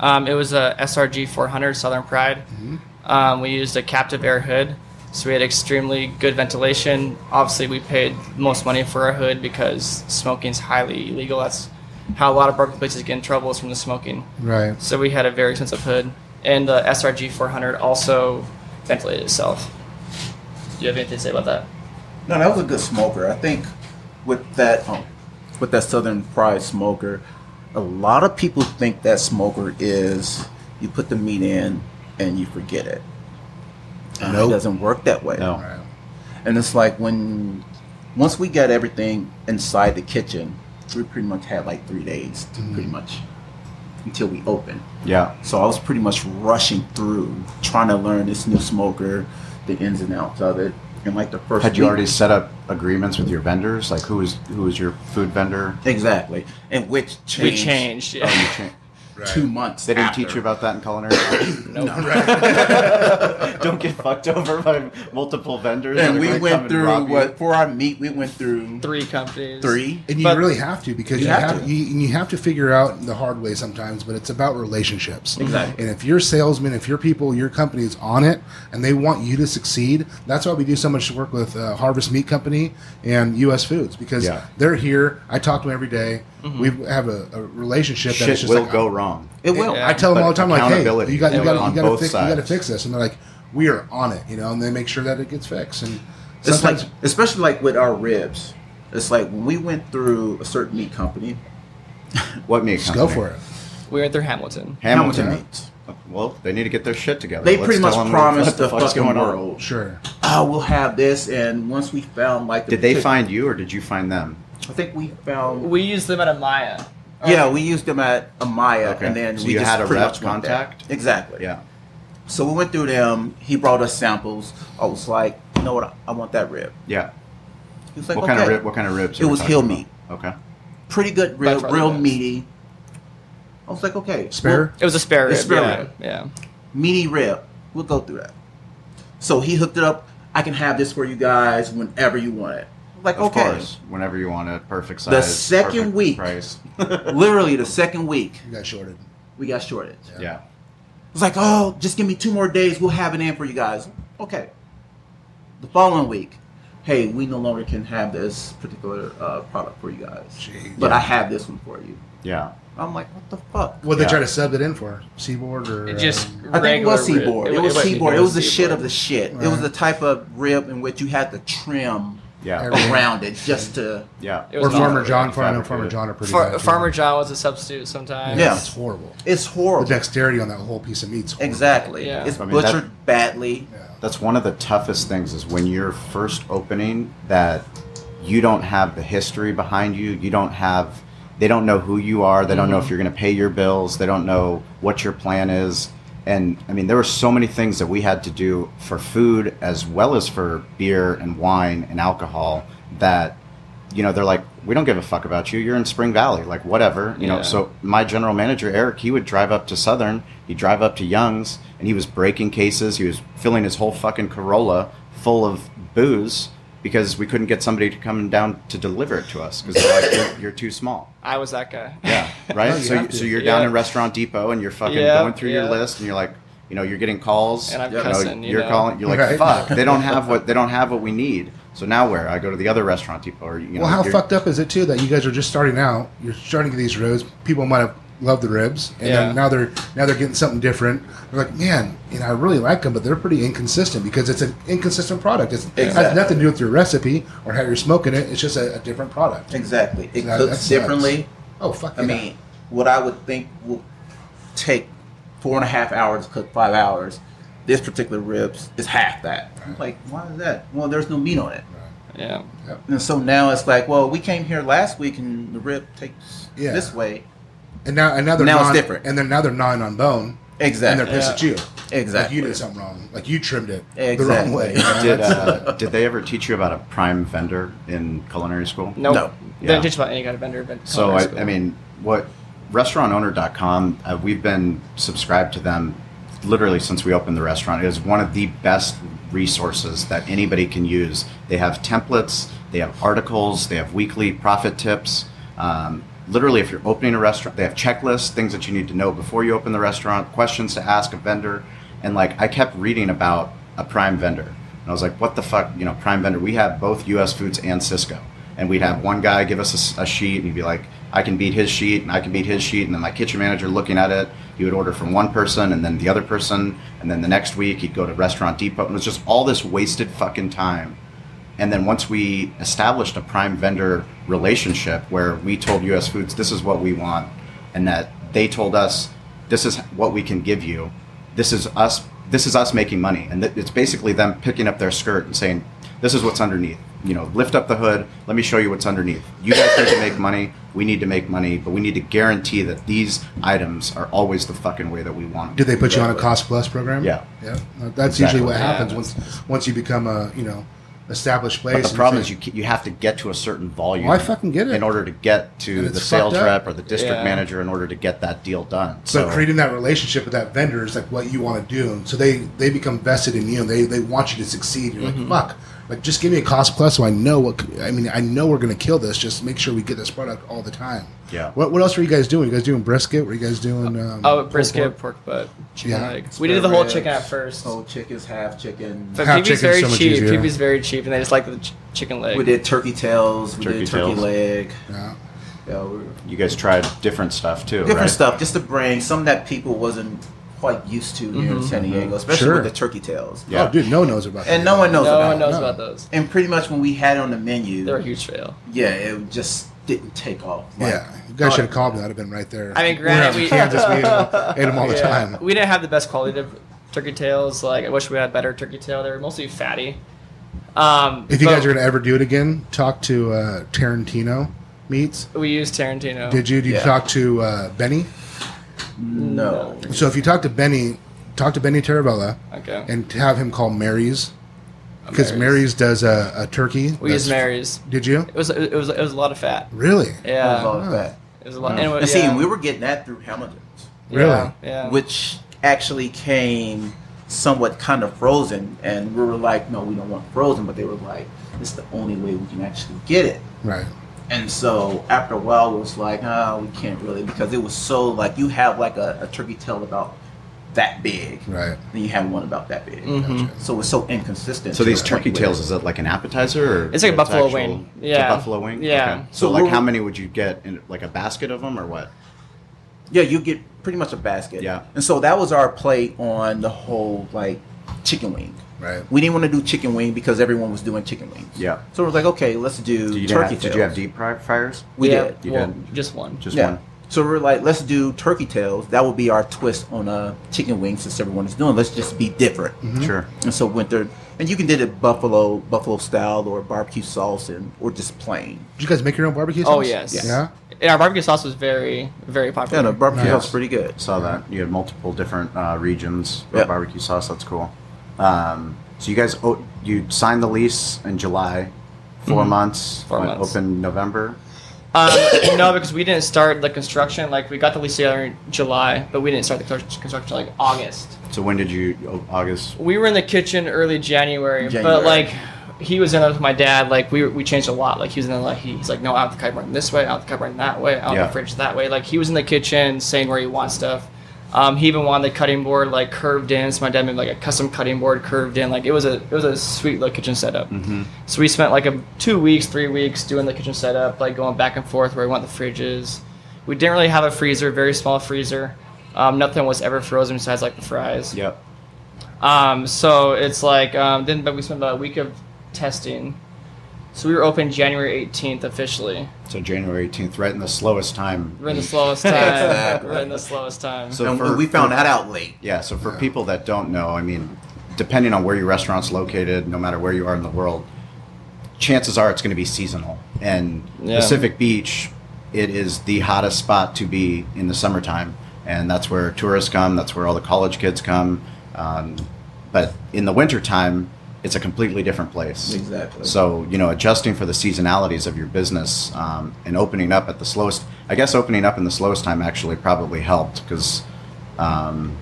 [SPEAKER 4] Um, it was a SRG 400 Southern Pride.
[SPEAKER 5] Mm-hmm.
[SPEAKER 4] Um, we used a captive air hood, so we had extremely good ventilation. Obviously, we paid most money for our hood because smoking's highly illegal. That's how a lot of barbecue places get in trouble is from the smoking.
[SPEAKER 3] Right.
[SPEAKER 4] So we had a very expensive hood, and the SRG 400 also ventilated itself. Do you have anything to say about that?
[SPEAKER 5] No, that was a good smoker. I think with that um, with that Southern Pride smoker, A lot of people think that smoker is you put the meat in and you forget it. And
[SPEAKER 3] Nope.
[SPEAKER 5] It doesn't work that way.
[SPEAKER 2] No.
[SPEAKER 3] Right.
[SPEAKER 5] And it's like when once we got everything inside the kitchen, we pretty much had like three days, to
[SPEAKER 2] Mm-hmm.
[SPEAKER 5] pretty much until we opened.
[SPEAKER 2] Yeah.
[SPEAKER 5] So I was pretty much rushing through trying to learn this new smoker, the ins and outs of it. And like the first
[SPEAKER 2] Had you
[SPEAKER 5] week-
[SPEAKER 2] already set up agreements with your vendors? Like who is who is your food vendor?
[SPEAKER 5] exactly, and which changed.
[SPEAKER 4] We changed. Yeah.
[SPEAKER 2] Oh, you cha-
[SPEAKER 3] Right.
[SPEAKER 5] Two months.
[SPEAKER 2] They didn't
[SPEAKER 5] after.
[SPEAKER 2] teach you about that in culinary. school?
[SPEAKER 4] Nope.
[SPEAKER 2] Don't get fucked over by multiple vendors. that
[SPEAKER 5] And
[SPEAKER 2] are
[SPEAKER 5] we
[SPEAKER 2] gonna come
[SPEAKER 5] went through
[SPEAKER 2] rob you.
[SPEAKER 5] what for our meat. We went through
[SPEAKER 4] Three companies.
[SPEAKER 5] three.
[SPEAKER 3] And you
[SPEAKER 4] But-
[SPEAKER 3] really have to because
[SPEAKER 5] You
[SPEAKER 3] you,
[SPEAKER 5] have
[SPEAKER 3] have,
[SPEAKER 5] to.
[SPEAKER 3] you, and you have to figure out the hard way sometimes. But it's about relationships.
[SPEAKER 5] Exactly.
[SPEAKER 3] And if your salesman, if your people, your company is on it, and they want you to succeed, that's why we do so much work with uh, Harvest Meat Company and U.S. Foods because
[SPEAKER 2] Yeah.
[SPEAKER 3] they're here. I talk to them every day. We have a, a relationship. that
[SPEAKER 2] shit
[SPEAKER 3] it's just
[SPEAKER 2] will
[SPEAKER 3] like,
[SPEAKER 2] go wrong.
[SPEAKER 5] It will.
[SPEAKER 4] Yeah.
[SPEAKER 3] I tell them
[SPEAKER 2] But
[SPEAKER 3] all the time, like, hey,
[SPEAKER 2] accountability
[SPEAKER 3] you got, you got,
[SPEAKER 2] on
[SPEAKER 3] you got to
[SPEAKER 2] both
[SPEAKER 3] fix, you got to
[SPEAKER 2] sides.
[SPEAKER 3] fix this, and they're like, we are on it, you know, and they make sure that it gets fixed. And
[SPEAKER 5] It's like,
[SPEAKER 3] sometimes-
[SPEAKER 5] especially like with our ribs. It's like when we went through a certain meat company,
[SPEAKER 2] What meat?
[SPEAKER 3] just go for it.
[SPEAKER 4] We went through Hamilton.
[SPEAKER 2] Hamilton.
[SPEAKER 5] Hamilton meats.
[SPEAKER 2] Well, they need to get their shit together.
[SPEAKER 5] They
[SPEAKER 2] Let's
[SPEAKER 5] pretty much
[SPEAKER 2] tell 'em
[SPEAKER 5] promised
[SPEAKER 2] what the
[SPEAKER 5] the,
[SPEAKER 2] fuck's
[SPEAKER 5] fucking
[SPEAKER 2] going on.
[SPEAKER 5] world.
[SPEAKER 3] Sure.
[SPEAKER 5] Oh, we'll have this, and once we found like, the
[SPEAKER 2] Did they
[SPEAKER 5] partic-
[SPEAKER 2] find you or did you find them?
[SPEAKER 5] I think we found.
[SPEAKER 4] We used them at Amaya.
[SPEAKER 5] yeah, we used them at Amaya,
[SPEAKER 2] Okay.
[SPEAKER 5] and then
[SPEAKER 2] So
[SPEAKER 5] we
[SPEAKER 2] you
[SPEAKER 5] just
[SPEAKER 2] had a
[SPEAKER 5] pretty
[SPEAKER 2] rep
[SPEAKER 5] much went there.
[SPEAKER 2] contact?
[SPEAKER 5] Exactly.
[SPEAKER 2] Yeah.
[SPEAKER 5] So we went through them. He brought us samples. I was like, you know what? I- I want that rib.
[SPEAKER 2] Yeah.
[SPEAKER 5] He was like,
[SPEAKER 2] what
[SPEAKER 5] okay.
[SPEAKER 2] kind of rib? What kind of ribs?
[SPEAKER 5] It
[SPEAKER 2] are we
[SPEAKER 5] was
[SPEAKER 2] talking
[SPEAKER 5] heel
[SPEAKER 2] about?
[SPEAKER 5] meat.
[SPEAKER 2] Okay.
[SPEAKER 5] Pretty good rib,
[SPEAKER 4] far the
[SPEAKER 5] real
[SPEAKER 4] best.
[SPEAKER 5] meaty. I was like, okay,
[SPEAKER 3] Spare.
[SPEAKER 5] well,
[SPEAKER 4] It was a spare
[SPEAKER 5] A
[SPEAKER 4] rib.
[SPEAKER 5] spare
[SPEAKER 4] yeah.
[SPEAKER 5] rib.
[SPEAKER 4] yeah.
[SPEAKER 5] meaty rib. We'll go through that. So he hooked it up. I can have this for you guys whenever you want it. I'm Like,
[SPEAKER 2] Of
[SPEAKER 5] okay.
[SPEAKER 2] course. Whenever you want it, perfect size.
[SPEAKER 5] The second
[SPEAKER 2] perfect
[SPEAKER 5] week.
[SPEAKER 2] Price.
[SPEAKER 5] Literally the second week,
[SPEAKER 3] You got shorted.
[SPEAKER 5] we got shorted.
[SPEAKER 2] Yeah.
[SPEAKER 5] It was like, oh, just give me two more days. We'll have it in for you guys. Okay. The following week, hey, we no longer can have this particular uh, product for you guys.
[SPEAKER 3] Jeez.
[SPEAKER 5] But I have this one for you.
[SPEAKER 2] Yeah.
[SPEAKER 5] I'm like, what the fuck?
[SPEAKER 3] What
[SPEAKER 2] Yeah.
[SPEAKER 3] they try to sub it in for? Seaboard or
[SPEAKER 4] It just
[SPEAKER 3] um,
[SPEAKER 5] I think it was
[SPEAKER 4] regular rib.
[SPEAKER 5] Seaboard. It, was Seaboard. It was the shit of the shit. It was
[SPEAKER 3] Right.
[SPEAKER 5] the type of rib in which you had to trim
[SPEAKER 2] Yeah.
[SPEAKER 3] Every-
[SPEAKER 5] around it just to.
[SPEAKER 2] Yeah.
[SPEAKER 4] It
[SPEAKER 3] or
[SPEAKER 4] was
[SPEAKER 3] Farmer
[SPEAKER 4] awful.
[SPEAKER 3] John? For I know
[SPEAKER 2] Fabricated.
[SPEAKER 3] Farmer John are pretty.
[SPEAKER 4] Far-
[SPEAKER 3] bad, too.
[SPEAKER 4] Farmer John was a substitute sometimes.
[SPEAKER 5] Yeah.
[SPEAKER 3] it's horrible.
[SPEAKER 5] It's
[SPEAKER 3] The
[SPEAKER 5] horrible.
[SPEAKER 3] dexterity on that whole piece of meat's horrible.
[SPEAKER 5] Exactly.
[SPEAKER 4] Yeah.
[SPEAKER 5] It's
[SPEAKER 2] I mean, that-
[SPEAKER 5] butchered badly.
[SPEAKER 3] Yeah.
[SPEAKER 2] That's one of the toughest things is when you're first opening that you don't have the history behind you. You don't have, they don't know who you are. They don't know if you're going to pay your bills. They don't know what your plan is. And I mean, there were so many things that we had to do for food as well as for beer and wine and alcohol that, you know, they're like, we don't give a fuck about you. You're in Spring Valley, like whatever, you
[SPEAKER 4] Yeah.
[SPEAKER 2] know. So my general manager Eric, he would drive up to Southern, he'd drive up to Young's, and he was breaking cases. He was filling his whole fucking Corolla full of booze because we couldn't get somebody to come down to deliver it to us because they're like, you're, you're too small.
[SPEAKER 4] I was that guy.
[SPEAKER 2] Yeah, right.
[SPEAKER 3] No, you
[SPEAKER 2] so
[SPEAKER 3] have
[SPEAKER 2] you,
[SPEAKER 3] to.
[SPEAKER 2] so you're down
[SPEAKER 4] Yeah.
[SPEAKER 2] in Restaurant Depot and you're fucking
[SPEAKER 4] Yeah,
[SPEAKER 2] going through
[SPEAKER 4] yeah.
[SPEAKER 2] your list and you're like, you know, you're getting calls
[SPEAKER 4] And I'm
[SPEAKER 2] you know,
[SPEAKER 4] cussing, you
[SPEAKER 2] you're
[SPEAKER 4] know.
[SPEAKER 2] calling. You're like,
[SPEAKER 3] Right.
[SPEAKER 2] fuck. They don't have what they don't have what we need. So now where I go to the other Restaurant Depot or you know,
[SPEAKER 3] Well, how
[SPEAKER 2] you're-
[SPEAKER 3] fucked up is it too that you guys are just starting out? You're starting to get these ribs. People might have loved the ribs, and
[SPEAKER 4] Yeah.
[SPEAKER 3] then now they're now they're getting something different. They're like, man, you know, I really like them, but they're pretty inconsistent because it's an inconsistent product. It's, It has
[SPEAKER 5] Exactly.
[SPEAKER 3] nothing to do with your recipe or how you're smoking it. It's just a, a different product.
[SPEAKER 5] Exactly. It
[SPEAKER 3] That- that
[SPEAKER 5] cooks
[SPEAKER 3] sucks.
[SPEAKER 5] differently.
[SPEAKER 3] Oh fuck!
[SPEAKER 5] I
[SPEAKER 3] yeah.
[SPEAKER 5] mean, what I would think will take four and a half hours to cook five hours, this particular ribs is half that. I'm like, why is that? Well, there's no meat on it.
[SPEAKER 4] Yeah.
[SPEAKER 5] And so now it's like, well, we came here last week and the rib takes
[SPEAKER 3] Yeah.
[SPEAKER 5] this way.
[SPEAKER 3] and now and now they're
[SPEAKER 5] Now it's
[SPEAKER 3] gnawing-
[SPEAKER 5] different.
[SPEAKER 3] and then now they're gnawing on bone, and
[SPEAKER 5] Exactly.
[SPEAKER 3] they're pissed at you. Like
[SPEAKER 5] Exactly.
[SPEAKER 3] you did something wrong. Like you trimmed it the
[SPEAKER 5] Exactly.
[SPEAKER 3] wrong way. you know?
[SPEAKER 2] did uh, did they ever teach you about a prime vendor in culinary school?
[SPEAKER 4] Nope.
[SPEAKER 5] No.
[SPEAKER 4] They didn't
[SPEAKER 2] Yeah.
[SPEAKER 4] teach about any kind of vendor. But
[SPEAKER 2] So
[SPEAKER 4] culinary
[SPEAKER 2] I,
[SPEAKER 4] school.
[SPEAKER 2] I mean, what restaurantowner.com, uh, we've been subscribed to them literally since we opened the restaurant. It is one of the best resources that anybody can use. They have templates, they have articles, they have weekly profit tips. Um, literally, if you're opening a restaurant, they have checklists, things that you need to know before you open the restaurant, questions to ask a vendor. And like, I kept reading about a prime vendor. And I was like, what the fuck, you know, prime vendor. We have both U.S. Foods and Cisco, and we'd have one guy give us a s- a, sheet, and he'd be like, I can beat his sheet, and I can beat his sheet, and then my kitchen manager looking at it, he would order from one person, and then the other person, and then the next week he'd go to Restaurant Depot, and it was just all this wasted fucking time. And then once we established a prime vendor relationship where we told U.S. Foods, this is what we want, and that they told us this is what we can give you. This is us. This is us making money, and th- it's basically them picking up their skirt and saying, "This is what's underneath." You know, lift up the hood. Let me show you what's underneath. You guys need to make money. We need to make money, but we need to guarantee that these items are always the fucking way that we want.
[SPEAKER 3] Did
[SPEAKER 2] them."
[SPEAKER 3] they put you on a cost plus program?
[SPEAKER 2] Yeah.
[SPEAKER 3] yeah. No, That's
[SPEAKER 2] Exactly.
[SPEAKER 3] usually what
[SPEAKER 4] Yeah.
[SPEAKER 3] happens once once you become a you know established place.
[SPEAKER 2] But the
[SPEAKER 3] and
[SPEAKER 2] problem is
[SPEAKER 3] say-
[SPEAKER 2] you ca- you have to get to a certain volume.
[SPEAKER 3] Well, I fucking get it.
[SPEAKER 2] In order to get to
[SPEAKER 3] And
[SPEAKER 2] the
[SPEAKER 3] it's
[SPEAKER 2] sales
[SPEAKER 3] fucked up.
[SPEAKER 2] rep or the district
[SPEAKER 4] Yeah.
[SPEAKER 2] manager, in order to get that deal done.
[SPEAKER 3] So,
[SPEAKER 2] So,
[SPEAKER 3] creating that relationship with that vendor is like what you want to do. So they they become vested in you. And they they want you to succeed. You're
[SPEAKER 2] Mm-hmm.
[SPEAKER 3] like fuck. Like just give me a cost plus so I know what c- I mean. I know we're gonna kill this. Just make sure we get this product all the time.
[SPEAKER 2] Yeah.
[SPEAKER 3] What, what else were you guys doing? You guys doing brisket? Were you guys doing? Um,
[SPEAKER 4] Oh,
[SPEAKER 3] pulled
[SPEAKER 4] brisket,
[SPEAKER 3] pork?
[SPEAKER 4] pork butt, chicken
[SPEAKER 3] Yeah. Oh.
[SPEAKER 4] legs.
[SPEAKER 5] Spare
[SPEAKER 4] We did the whole
[SPEAKER 5] ribs.
[SPEAKER 4] chicken at first.
[SPEAKER 5] Whole chickens, half chicken.
[SPEAKER 4] But
[SPEAKER 3] Half
[SPEAKER 4] PB's
[SPEAKER 3] chicken's
[SPEAKER 4] very
[SPEAKER 3] so much
[SPEAKER 4] cheap.
[SPEAKER 3] easier.
[SPEAKER 4] PB's very cheap, and they just like the ch- chicken leg.
[SPEAKER 5] We did turkey tails. We
[SPEAKER 2] Turkey
[SPEAKER 5] did turkey
[SPEAKER 2] tails.
[SPEAKER 5] leg.
[SPEAKER 3] Yeah.
[SPEAKER 5] Yeah, we
[SPEAKER 2] you guys tried different stuff too,
[SPEAKER 5] different
[SPEAKER 2] right?
[SPEAKER 5] stuff just to bring some that people wasn't quite used to here
[SPEAKER 4] Mm-hmm.
[SPEAKER 5] in San Diego, especially
[SPEAKER 3] Sure.
[SPEAKER 5] with the turkey tails.
[SPEAKER 2] Yeah.
[SPEAKER 3] Oh, dude, no one knows about that.
[SPEAKER 5] And no one knows
[SPEAKER 4] no
[SPEAKER 5] about
[SPEAKER 4] one
[SPEAKER 5] it.
[SPEAKER 4] knows
[SPEAKER 3] no.
[SPEAKER 4] about those.
[SPEAKER 5] And pretty much when we had it on the menu,
[SPEAKER 4] They're a huge fail.
[SPEAKER 5] yeah, it just didn't take off. Like,
[SPEAKER 3] Yeah, you guys should have called me. I'd have been right there.
[SPEAKER 4] I mean,
[SPEAKER 3] We were out
[SPEAKER 4] granted,
[SPEAKER 3] in
[SPEAKER 4] we-
[SPEAKER 3] Kansas, we ate them, ate 'em all the
[SPEAKER 4] Yeah.
[SPEAKER 3] time.
[SPEAKER 4] We didn't have the best quality of turkey tails. Like I wish we had better turkey tail. They were mostly fatty. Um,
[SPEAKER 3] If you
[SPEAKER 4] but
[SPEAKER 3] guys are gonna ever do it again, talk to uh, Tarantino Meats.
[SPEAKER 4] we used Tarantino.
[SPEAKER 3] Did you? Did you
[SPEAKER 5] Yeah.
[SPEAKER 3] talk to uh, Benny?
[SPEAKER 5] No.
[SPEAKER 3] So if you talk to Benny, talk to Benny Tarabella
[SPEAKER 4] Okay.
[SPEAKER 3] and have him call Mary's because
[SPEAKER 4] Mary's.
[SPEAKER 3] Mary's. does a, a turkey.
[SPEAKER 4] we used
[SPEAKER 3] that's-
[SPEAKER 4] Mary's.
[SPEAKER 3] Did you
[SPEAKER 4] It was it was it was a lot of fat.
[SPEAKER 3] really?
[SPEAKER 5] That was all
[SPEAKER 4] Yeah,
[SPEAKER 5] of that.
[SPEAKER 4] it was a lot. Anyway,
[SPEAKER 5] And see,
[SPEAKER 4] yeah.
[SPEAKER 5] we were getting that through Hamilton's,
[SPEAKER 3] Really?
[SPEAKER 4] Yeah, yeah.
[SPEAKER 5] which actually came somewhat kind of frozen. And we were like, no, we don't want frozen. But they were like, this is the only way we can actually get it.
[SPEAKER 3] Right.
[SPEAKER 5] And so after a while, it was like, ah, we can't really because it was so like you have like a, a turkey tail about that big,
[SPEAKER 3] Right.
[SPEAKER 5] then you have one about that big.
[SPEAKER 4] Mhm.
[SPEAKER 5] So it's so inconsistent.
[SPEAKER 2] Mm-hmm. So
[SPEAKER 5] to
[SPEAKER 2] these
[SPEAKER 5] the
[SPEAKER 2] turkey
[SPEAKER 5] point
[SPEAKER 2] tails
[SPEAKER 5] where-
[SPEAKER 2] is it like an appetizer? Or
[SPEAKER 4] It's like a buffalo wing.
[SPEAKER 2] it's
[SPEAKER 4] Yeah.
[SPEAKER 2] a buffalo wing.
[SPEAKER 4] Yeah.
[SPEAKER 2] Okay. So,
[SPEAKER 5] So
[SPEAKER 2] like,
[SPEAKER 5] we're-
[SPEAKER 2] how many would you get in like a basket of them or what?
[SPEAKER 5] yeah, you get pretty much a basket.
[SPEAKER 2] Yeah.
[SPEAKER 5] And so that was our play on the whole like chicken wing.
[SPEAKER 3] Right.
[SPEAKER 5] We didn't want to do chicken wing because everyone was doing chicken wings.
[SPEAKER 2] Yeah.
[SPEAKER 5] So we're like, okay, let's do
[SPEAKER 2] Did you,
[SPEAKER 5] turkey
[SPEAKER 2] have,
[SPEAKER 5] tails.
[SPEAKER 2] did you have deep fry- fryers?
[SPEAKER 5] We
[SPEAKER 4] yeah,
[SPEAKER 5] did.
[SPEAKER 2] You
[SPEAKER 4] well,
[SPEAKER 2] did.
[SPEAKER 4] just one.
[SPEAKER 2] Just
[SPEAKER 5] yeah.
[SPEAKER 2] one.
[SPEAKER 5] So we're like, let's do turkey tails. That would be our twist on a chicken wing since everyone is doing. Let's just be different.
[SPEAKER 3] Mm-hmm.
[SPEAKER 2] Sure.
[SPEAKER 5] And so winter, and you can did it buffalo buffalo style or barbecue sauce and or just plain.
[SPEAKER 3] Did you guys make your own barbecue sauce?
[SPEAKER 4] Oh yes.
[SPEAKER 3] Yeah.
[SPEAKER 4] And our barbecue sauce was very very
[SPEAKER 5] Yeah,
[SPEAKER 4] popular.
[SPEAKER 5] the barbecue
[SPEAKER 3] Nice.
[SPEAKER 5] sauce is pretty good.
[SPEAKER 2] Saw that you had multiple different uh, regions of
[SPEAKER 5] Yep.
[SPEAKER 2] barbecue sauce. That's cool. Um, so you guys, o- you signed the lease in July, 4
[SPEAKER 5] Mm-hmm.
[SPEAKER 2] months.
[SPEAKER 4] Four
[SPEAKER 2] went
[SPEAKER 4] months.
[SPEAKER 2] Open November.
[SPEAKER 4] Um, no, because we didn't start the construction. Like we got the lease together in July, but we didn't start the constru- construction like August.
[SPEAKER 2] So when did you? oh, August.
[SPEAKER 4] We were in the kitchen early January,
[SPEAKER 5] January.
[SPEAKER 4] but like he was in there with my dad. Like we, we changed a lot. Like he was in there like he's like no, I have the cupboard in this way, I have the cupboard in that way, I have
[SPEAKER 2] Yeah.
[SPEAKER 4] the fridge that way. Like he was in the kitchen saying where he wants stuff. Um, he even wanted the cutting board like curved in. So my dad made like a custom cutting board curved in. Like it was a it was a sweet little kitchen setup. So we spent like a two weeks, three weeks doing the kitchen setup, like going back and forth where we want the fridges. We didn't really have a freezer, very small freezer. Um, nothing was ever frozen besides like the fries.
[SPEAKER 2] Yep.
[SPEAKER 4] Um, so it's like um, then, but we spent about a week of testing. So we were open January 18th officially.
[SPEAKER 2] So January 18th, right in the slowest time.
[SPEAKER 4] We're in the slowest time. We're in the slowest time.
[SPEAKER 2] So
[SPEAKER 5] and
[SPEAKER 2] for-
[SPEAKER 5] we found
[SPEAKER 2] for-
[SPEAKER 5] that out late.
[SPEAKER 2] Yeah, so for people that don't know, I mean, depending on where your restaurant's located, no matter where you are in the world, chances are it's going to be seasonal. And
[SPEAKER 4] Yeah.
[SPEAKER 2] Pacific Beach, it is the hottest spot to be in the summertime. And that's where tourists come, that's where all the college kids come. Um, but in the wintertime, it's a completely different place.
[SPEAKER 5] Exactly.
[SPEAKER 2] So, you know, adjusting for the seasonalities of your business um, and opening up at the slowest, I guess opening up in the slowest time actually probably helped because um,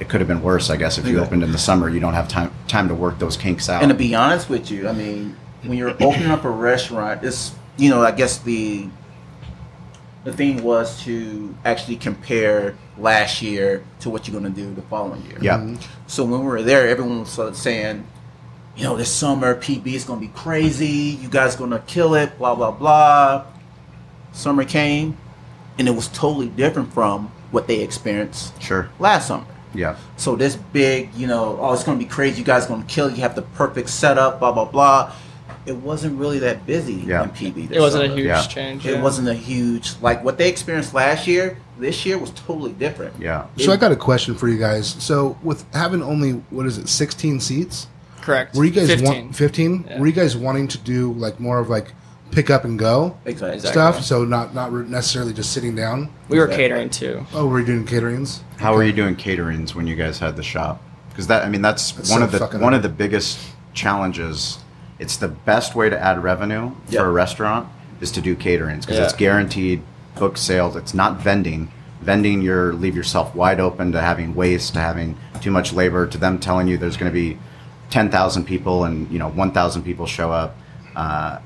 [SPEAKER 2] it could have been worse, I guess, if you
[SPEAKER 5] Exactly.
[SPEAKER 2] opened in the summer. You don't have time time to work those kinks out.
[SPEAKER 5] And to be honest with you, I mean, when you're opening up a restaurant, it's you know, I guess the the thing was to actually compare last year to what you're going to do the following year.
[SPEAKER 2] yeah,
[SPEAKER 5] So when we were there, everyone was sort of saying, you know, this summer PB is going to be crazy. You guys going to kill it. Blah blah blah. Summer came, and it was totally different from what they experienced
[SPEAKER 2] sure,
[SPEAKER 5] last summer.
[SPEAKER 2] yeah,
[SPEAKER 5] So this big, you know, oh, it's going to be crazy. You guys going to kill. it. You have the perfect setup. Blah blah blah. it wasn't really that busy
[SPEAKER 2] Yeah.
[SPEAKER 5] in PB. this
[SPEAKER 4] It wasn't a
[SPEAKER 5] summer.
[SPEAKER 4] huge
[SPEAKER 2] Yeah.
[SPEAKER 4] change.
[SPEAKER 5] It
[SPEAKER 4] yeah.
[SPEAKER 5] wasn't a huge like what they experienced last year. This year was totally different.
[SPEAKER 2] Yeah.
[SPEAKER 3] So I got a question for you guys. So with having only what is it, sixteen seats?
[SPEAKER 4] correct.
[SPEAKER 3] Were you guys
[SPEAKER 4] 15.
[SPEAKER 3] want fifteen?
[SPEAKER 4] Yeah.
[SPEAKER 3] Were you guys wanting to do like more of like pick up and go
[SPEAKER 5] Exactly.
[SPEAKER 3] stuff? So not not re- necessarily just sitting down.
[SPEAKER 4] We were
[SPEAKER 5] Exactly.
[SPEAKER 4] catering too.
[SPEAKER 3] Oh, we're doing caterings.
[SPEAKER 2] How were you doing caterings when you guys had the shop? Because that, I mean, that's,
[SPEAKER 3] That's
[SPEAKER 2] one
[SPEAKER 3] so
[SPEAKER 2] of the
[SPEAKER 3] fucking
[SPEAKER 2] one of
[SPEAKER 3] hard.
[SPEAKER 2] the biggest challenges. It's the best way to add revenue
[SPEAKER 5] Yeah.
[SPEAKER 2] for a restaurant is to do caterings because it's
[SPEAKER 4] Yeah.
[SPEAKER 2] guaranteed book sales. It's not vending. Vending, you leave yourself wide open to having waste, to having too much labor, to them telling you there's going to be ten thousand people and you know one thousand people show up. Uh,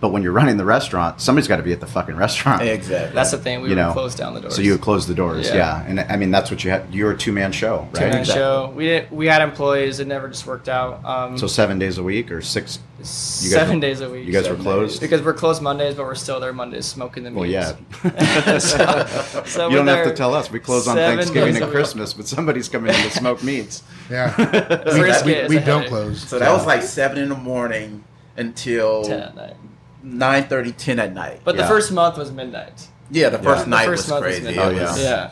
[SPEAKER 2] but when you're running the restaurant, somebody's got to be at the fucking restaurant.
[SPEAKER 5] Exactly.
[SPEAKER 4] That's the thing. We
[SPEAKER 2] You
[SPEAKER 4] would
[SPEAKER 2] know,
[SPEAKER 4] close down the doors.
[SPEAKER 2] So you would close the doors,
[SPEAKER 4] Yeah.
[SPEAKER 2] yeah. And I mean, that's what you had. You're a two man show, right?
[SPEAKER 4] Two-night
[SPEAKER 5] Exactly.
[SPEAKER 4] show. We didn't. We had employees. It never just worked out. Um,
[SPEAKER 2] So seven days a week or six? guys
[SPEAKER 4] seven
[SPEAKER 2] were-
[SPEAKER 4] days a week.
[SPEAKER 2] You guys were
[SPEAKER 5] Seven
[SPEAKER 2] closed.
[SPEAKER 4] because we're closed Mondays, but we're still there Mondays smoking the meat.
[SPEAKER 2] Well, yeah.
[SPEAKER 4] so, so
[SPEAKER 2] you
[SPEAKER 4] we're
[SPEAKER 2] don't have to
[SPEAKER 4] there
[SPEAKER 2] tell us. We close on
[SPEAKER 4] seven
[SPEAKER 2] Thanksgiving
[SPEAKER 4] days a
[SPEAKER 2] and
[SPEAKER 4] week.
[SPEAKER 2] Christmas, but somebody's coming in to smoke meats.
[SPEAKER 3] Yeah,
[SPEAKER 4] Brisket
[SPEAKER 3] we,
[SPEAKER 4] is
[SPEAKER 3] we
[SPEAKER 4] a
[SPEAKER 3] don't
[SPEAKER 4] headache.
[SPEAKER 3] close.
[SPEAKER 5] so that was like seven in the morning until
[SPEAKER 4] Ten at night.
[SPEAKER 5] 9 10 at night.
[SPEAKER 4] But the
[SPEAKER 2] Yeah.
[SPEAKER 4] first month was midnight.
[SPEAKER 5] yeah, the first
[SPEAKER 4] The
[SPEAKER 5] night
[SPEAKER 4] first
[SPEAKER 5] was
[SPEAKER 4] month was
[SPEAKER 5] crazy.
[SPEAKER 4] midnight.
[SPEAKER 2] Oh,
[SPEAKER 5] It was-
[SPEAKER 4] Yeah.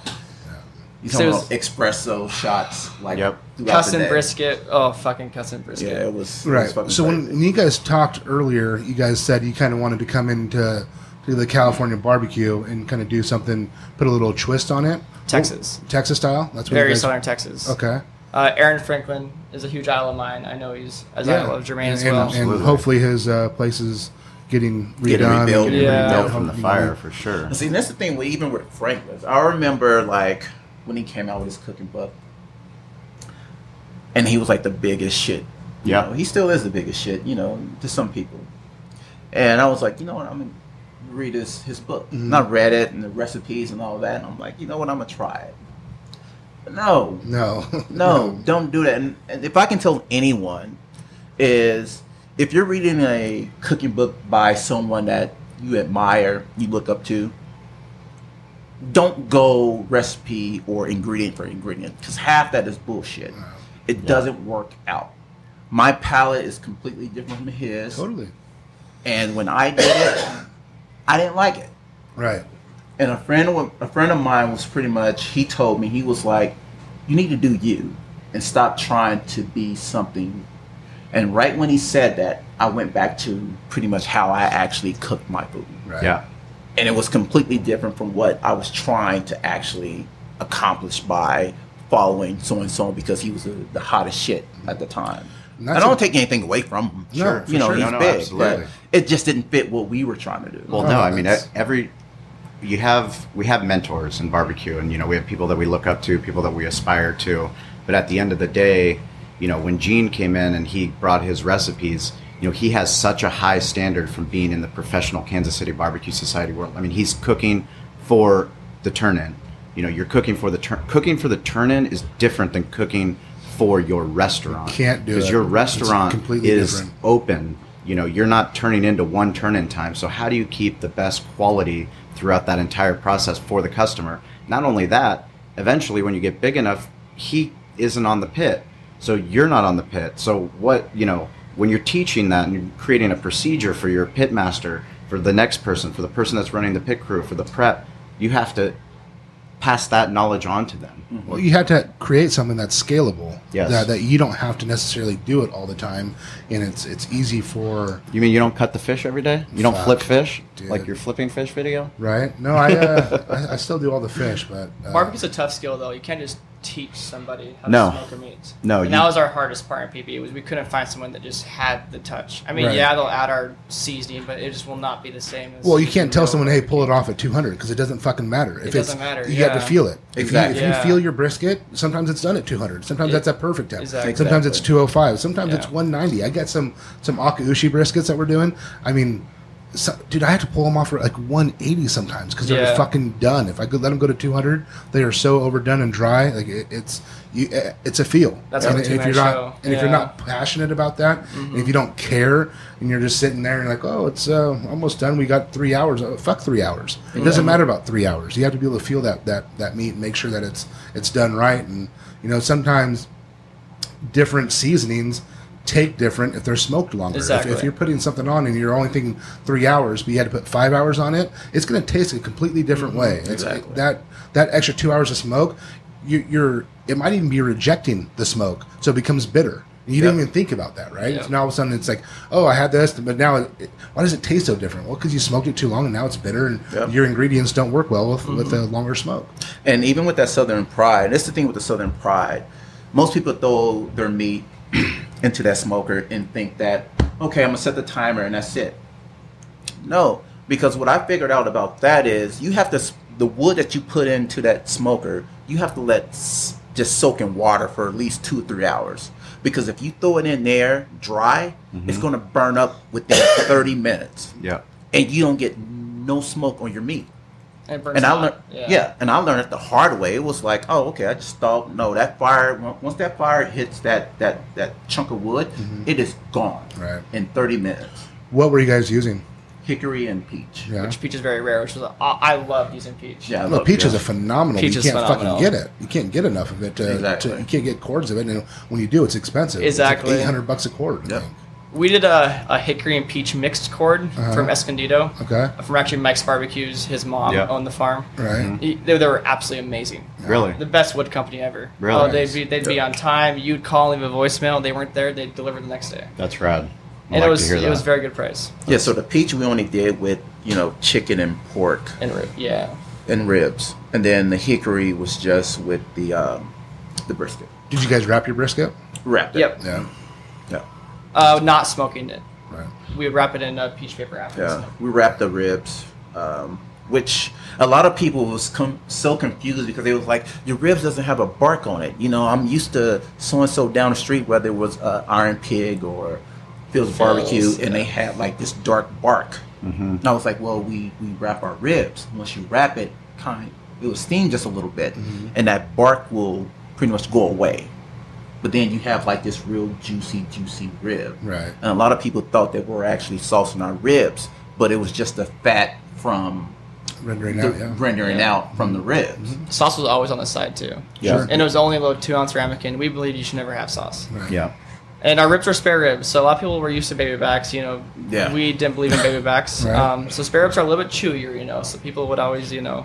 [SPEAKER 5] You
[SPEAKER 4] So
[SPEAKER 5] talking
[SPEAKER 4] it was-
[SPEAKER 5] about espresso shots like
[SPEAKER 2] Yep.
[SPEAKER 5] throughout
[SPEAKER 4] Cuss
[SPEAKER 5] the
[SPEAKER 4] and
[SPEAKER 5] day.
[SPEAKER 4] brisket. Oh, fucking cuss and brisket.
[SPEAKER 5] Yeah, it was it was
[SPEAKER 3] Right.
[SPEAKER 5] fucking
[SPEAKER 3] So when,
[SPEAKER 5] crazy.
[SPEAKER 3] when you guys talked earlier, you guys said you kind of wanted to come into to the California barbecue and kind of do something, put a little twist on it.
[SPEAKER 4] Texas.
[SPEAKER 3] Texas style. That's what you
[SPEAKER 4] Very
[SPEAKER 3] guys-
[SPEAKER 4] southern Texas.
[SPEAKER 3] Okay.
[SPEAKER 4] Uh, Aaron Franklin is a huge idol of mine. I know he's, as I love Jermaine
[SPEAKER 3] and,
[SPEAKER 4] as well.
[SPEAKER 3] And, and
[SPEAKER 2] Absolutely.
[SPEAKER 3] hopefully his uh, place is getting redone.
[SPEAKER 5] Getting
[SPEAKER 3] and
[SPEAKER 5] rebuilt.
[SPEAKER 3] getting
[SPEAKER 4] Yeah.
[SPEAKER 2] Built
[SPEAKER 3] rebuilt.
[SPEAKER 2] from the fire for sure.
[SPEAKER 5] See, that's the thing. With, even with Franklin, I remember like when he came out with his cooking book, and he was like the biggest shit. You
[SPEAKER 2] Yeah.
[SPEAKER 5] know, he still is the biggest shit. You know, to some people. And I was like, you know what? I'm gonna read his his book. And I read it and the recipes and all that. And I'm like, you know what? I'm gonna try it. But no,
[SPEAKER 3] No.
[SPEAKER 5] no, don't do that. And, and if I can tell anyone, is if you're reading a cooking book by someone that you admire, you look up to, don't go recipe or ingredient for ingredient because half that is bullshit. It doesn't work out. My palate is completely different from his,
[SPEAKER 3] Totally.
[SPEAKER 5] and when I did it, I didn't like it
[SPEAKER 3] Right.
[SPEAKER 5] and a friend wa- a friend of mine was pretty much he told me he was like you need to do you and stop trying to be something and right when he said that i went back to pretty much how i actually cooked my food
[SPEAKER 3] Right.
[SPEAKER 2] Yeah.
[SPEAKER 5] and it was completely different from what i was trying to actually accomplish by following so and so because he was the, the hottest shit at the time
[SPEAKER 3] And
[SPEAKER 5] I
[SPEAKER 3] that's
[SPEAKER 5] don't
[SPEAKER 3] a-
[SPEAKER 5] take anything away from him.
[SPEAKER 3] No,
[SPEAKER 5] Sure,
[SPEAKER 3] for
[SPEAKER 5] you know
[SPEAKER 3] sure.
[SPEAKER 5] he's
[SPEAKER 2] No, no,
[SPEAKER 5] big,
[SPEAKER 2] absolutely.
[SPEAKER 5] but it just didn't fit what we were trying to do.
[SPEAKER 2] Well,
[SPEAKER 3] Oh,
[SPEAKER 2] no, I mean
[SPEAKER 3] that's-
[SPEAKER 2] e- every you have we have mentors in barbecue, and you know we have people that we look up to, people that we aspire to. But at the end of the day, you know when Gene came in and he brought his recipes, you know he has such a high standard from being in the professional Kansas City Barbecue Society world. I mean he's cooking for the turn in. You know you're cooking for the turn cooking for the turn in is different than cooking for your restaurant.
[SPEAKER 3] can't do
[SPEAKER 2] because
[SPEAKER 3] it.
[SPEAKER 2] your
[SPEAKER 3] It's
[SPEAKER 2] restaurant
[SPEAKER 3] completely
[SPEAKER 2] is
[SPEAKER 3] different.
[SPEAKER 2] open. You know, you're not turning into one turn in time. So, how do you keep the best quality throughout that entire process for the customer? Not only that, eventually, when you get big enough, he isn't on the pit. So, you're not on the pit. So, what, you know, when you're teaching that and you're creating a procedure for your pit master, for the next person, for the person that's running the pit crew, for the prep, you have to pass that knowledge on to them.
[SPEAKER 3] Well, you have to create something that's scalable.
[SPEAKER 2] Yes.
[SPEAKER 3] That, that you don't have to necessarily do it all the time, and it's it's easy for
[SPEAKER 2] You mean you don't cut the fish every day? You don't
[SPEAKER 3] Fuck,
[SPEAKER 2] flip fish
[SPEAKER 3] dude.
[SPEAKER 2] like your flipping fish video?
[SPEAKER 3] right. No, I uh, I, I still do all the fish, but uh,
[SPEAKER 4] Barbecue's a tough skill, though. You can't just teach somebody how
[SPEAKER 2] No.
[SPEAKER 4] to smoke a meat.
[SPEAKER 2] No,
[SPEAKER 4] and
[SPEAKER 2] you-
[SPEAKER 4] that was our hardest part in PB was we couldn't find someone that just had the touch. I mean,
[SPEAKER 3] Right.
[SPEAKER 4] yeah, they'll add our seasoning, but it just will not be the same. as
[SPEAKER 3] Well, you can't tell
[SPEAKER 4] real-
[SPEAKER 3] someone, "Hey, pull it off at 200," because it doesn't fucking matter. If
[SPEAKER 4] doesn't matter,
[SPEAKER 3] You have to
[SPEAKER 4] yeah.
[SPEAKER 3] feel it.
[SPEAKER 5] Exactly.
[SPEAKER 3] If you, if
[SPEAKER 4] Yeah.
[SPEAKER 3] you feel your brisket, sometimes it's done at 200. Sometimes
[SPEAKER 4] Yeah.
[SPEAKER 3] that's at perfect temp.
[SPEAKER 4] Exactly.
[SPEAKER 3] Sometimes it's
[SPEAKER 5] Exactly.
[SPEAKER 3] 205. Sometimes it's
[SPEAKER 4] Yeah.
[SPEAKER 3] 190. I got some some akaushi briskets that we're doing. I mean, so, dude, I have to pull them off for like 180 sometimes because they're
[SPEAKER 4] Yeah.
[SPEAKER 3] fucking done. If I could let them go to 200, they are so overdone and dry. Like it, it's you, eh, it's a feel.
[SPEAKER 4] That's
[SPEAKER 3] and
[SPEAKER 4] what
[SPEAKER 3] if you're
[SPEAKER 4] T-Man
[SPEAKER 3] not
[SPEAKER 4] show.
[SPEAKER 3] and if you're
[SPEAKER 4] Yeah. Mm-hmm.
[SPEAKER 3] not passionate about that, and if you don't care, and you're just sitting there and like, oh, it's uh, almost done. We got three hours. Oh, fuck three hours. It doesn't matter about three hours. You have to be able to feel that that that meat and make sure that it's it's done right. And you know, sometimes different seasonings take different if they're smoked longer. If- If,
[SPEAKER 4] Exactly.
[SPEAKER 3] you're putting something on and you're only thinking three hours, but you had to put five hours on it, it's going to taste a completely different
[SPEAKER 4] Mm-hmm.
[SPEAKER 3] way. It's,
[SPEAKER 5] Exactly.
[SPEAKER 3] that that extra two hours of smoke, you, you're it might even be rejecting the smoke, so it becomes bitter. You didn't
[SPEAKER 5] Yeah.
[SPEAKER 3] even think about that, right?
[SPEAKER 4] Yeah.
[SPEAKER 3] So now all of a sudden it's like, oh, I had this, but now it, it- why does it taste so different? Well, because you smoked it too long, and now it's bitter, and
[SPEAKER 5] Yeah.
[SPEAKER 3] your ingredients don't work well with, with the longer smoke.
[SPEAKER 5] And even with that Southern pride, that's the thing with the Southern pride. Most people throw their meat into that smoker and think that, okay, I'm gonna set the timer and that's it. No, because what I figured out about that is you have to s- the wood that you put into that smoker, you have to let s- just soak in water for at least two three hours. Because if you throw it in there dry, it's gonna burn up within 30 minutes,
[SPEAKER 2] Yeah.
[SPEAKER 5] and you don't get no smoke on your meat
[SPEAKER 4] And, it burns
[SPEAKER 5] and I
[SPEAKER 4] hot.
[SPEAKER 5] learned, yeah. and I learned it the hard way. It was like, oh, okay, I just thought, no, that fire. on- Once that fire hits that that that chunk of wood, it is gone
[SPEAKER 3] Mm-hmm. Right.
[SPEAKER 5] in thirty minutes.
[SPEAKER 3] What were you guys using?
[SPEAKER 5] Hickory and peach.
[SPEAKER 3] Yeah.
[SPEAKER 4] Which peach is very rare, which is I, I love using peach.
[SPEAKER 5] Yeah. I
[SPEAKER 3] No,
[SPEAKER 5] love-
[SPEAKER 3] peach is
[SPEAKER 5] yeah.
[SPEAKER 3] a phenomenal.
[SPEAKER 4] Peach
[SPEAKER 3] you
[SPEAKER 4] is
[SPEAKER 3] can't
[SPEAKER 4] phenomenal.
[SPEAKER 3] fucking get it. You can't get enough of it. To,
[SPEAKER 5] Exactly.
[SPEAKER 3] to- you can't get cords of it, and when you do, it's expensive.
[SPEAKER 4] Exactly.
[SPEAKER 3] Eight hundred bucks a cord. I
[SPEAKER 5] Yep.
[SPEAKER 3] think.
[SPEAKER 4] We did a, a hickory and peach mixed cord from Escondido.
[SPEAKER 3] Uh-huh. Okay.
[SPEAKER 4] From actually Mike's barbecues, his mom
[SPEAKER 2] Yeah.
[SPEAKER 4] owned the farm.
[SPEAKER 3] Right.
[SPEAKER 4] They, they were absolutely amazing.
[SPEAKER 2] Really?
[SPEAKER 4] The best wood company ever.
[SPEAKER 2] Really?
[SPEAKER 4] Oh, they'd be they'd be on time. You'd call, leave a voicemail. They weren't there. They'd deliver the next day.
[SPEAKER 2] That's rad. I
[SPEAKER 4] and
[SPEAKER 2] like
[SPEAKER 4] it
[SPEAKER 2] to
[SPEAKER 4] was
[SPEAKER 2] hear
[SPEAKER 4] it
[SPEAKER 2] that.
[SPEAKER 4] was very good price.
[SPEAKER 5] Yeah. So the peach we only did with you know chicken and pork
[SPEAKER 4] And re- yeah,
[SPEAKER 5] and ribs, and then the hickory was just with the um, the brisket
[SPEAKER 3] Did you guys wrap your brisket?
[SPEAKER 5] wrapped. it.
[SPEAKER 4] yep.
[SPEAKER 3] Yeah.
[SPEAKER 5] Yeah.
[SPEAKER 4] Uh, not smoking it.
[SPEAKER 3] Right.
[SPEAKER 4] We would wrap it in uh, peach paper after.
[SPEAKER 5] Yeah, we wrapped the ribs, um, which a lot of people was com- so confused because they was like, "Your ribs doesn't have a bark on it." You know, I'm used to so and so down the street, whether it was uh, Iron Pig or Phil's Barbecue,
[SPEAKER 4] Phil's,
[SPEAKER 5] and they had like this dark bark. And I was like, "Well, we we wrap our ribs. Once you wrap it, kind it will steam just a little bit, and that bark will pretty much go away." But then you have like this real juicy, juicy rib.
[SPEAKER 3] Right.
[SPEAKER 5] And a lot of people thought that we were actually saucing our ribs, but it was just the fat from
[SPEAKER 3] Rendering
[SPEAKER 5] the
[SPEAKER 3] out. Yeah. Mm-hmm.
[SPEAKER 5] rendering
[SPEAKER 4] Yeah.
[SPEAKER 5] out from the ribs.
[SPEAKER 4] Sauce was always on the side too.
[SPEAKER 2] Yeah.
[SPEAKER 4] And it was only a little two ounce ramekin. We believe you should never have sauce.
[SPEAKER 3] Right.
[SPEAKER 2] Yeah.
[SPEAKER 4] And our ribs were spare ribs, so a lot of people were used to baby backs. You know,
[SPEAKER 5] Yeah.
[SPEAKER 4] we didn't believe in baby backs.
[SPEAKER 3] Right.
[SPEAKER 4] um, so spare ribs are a little bit chewier, you know. So people would always, you know,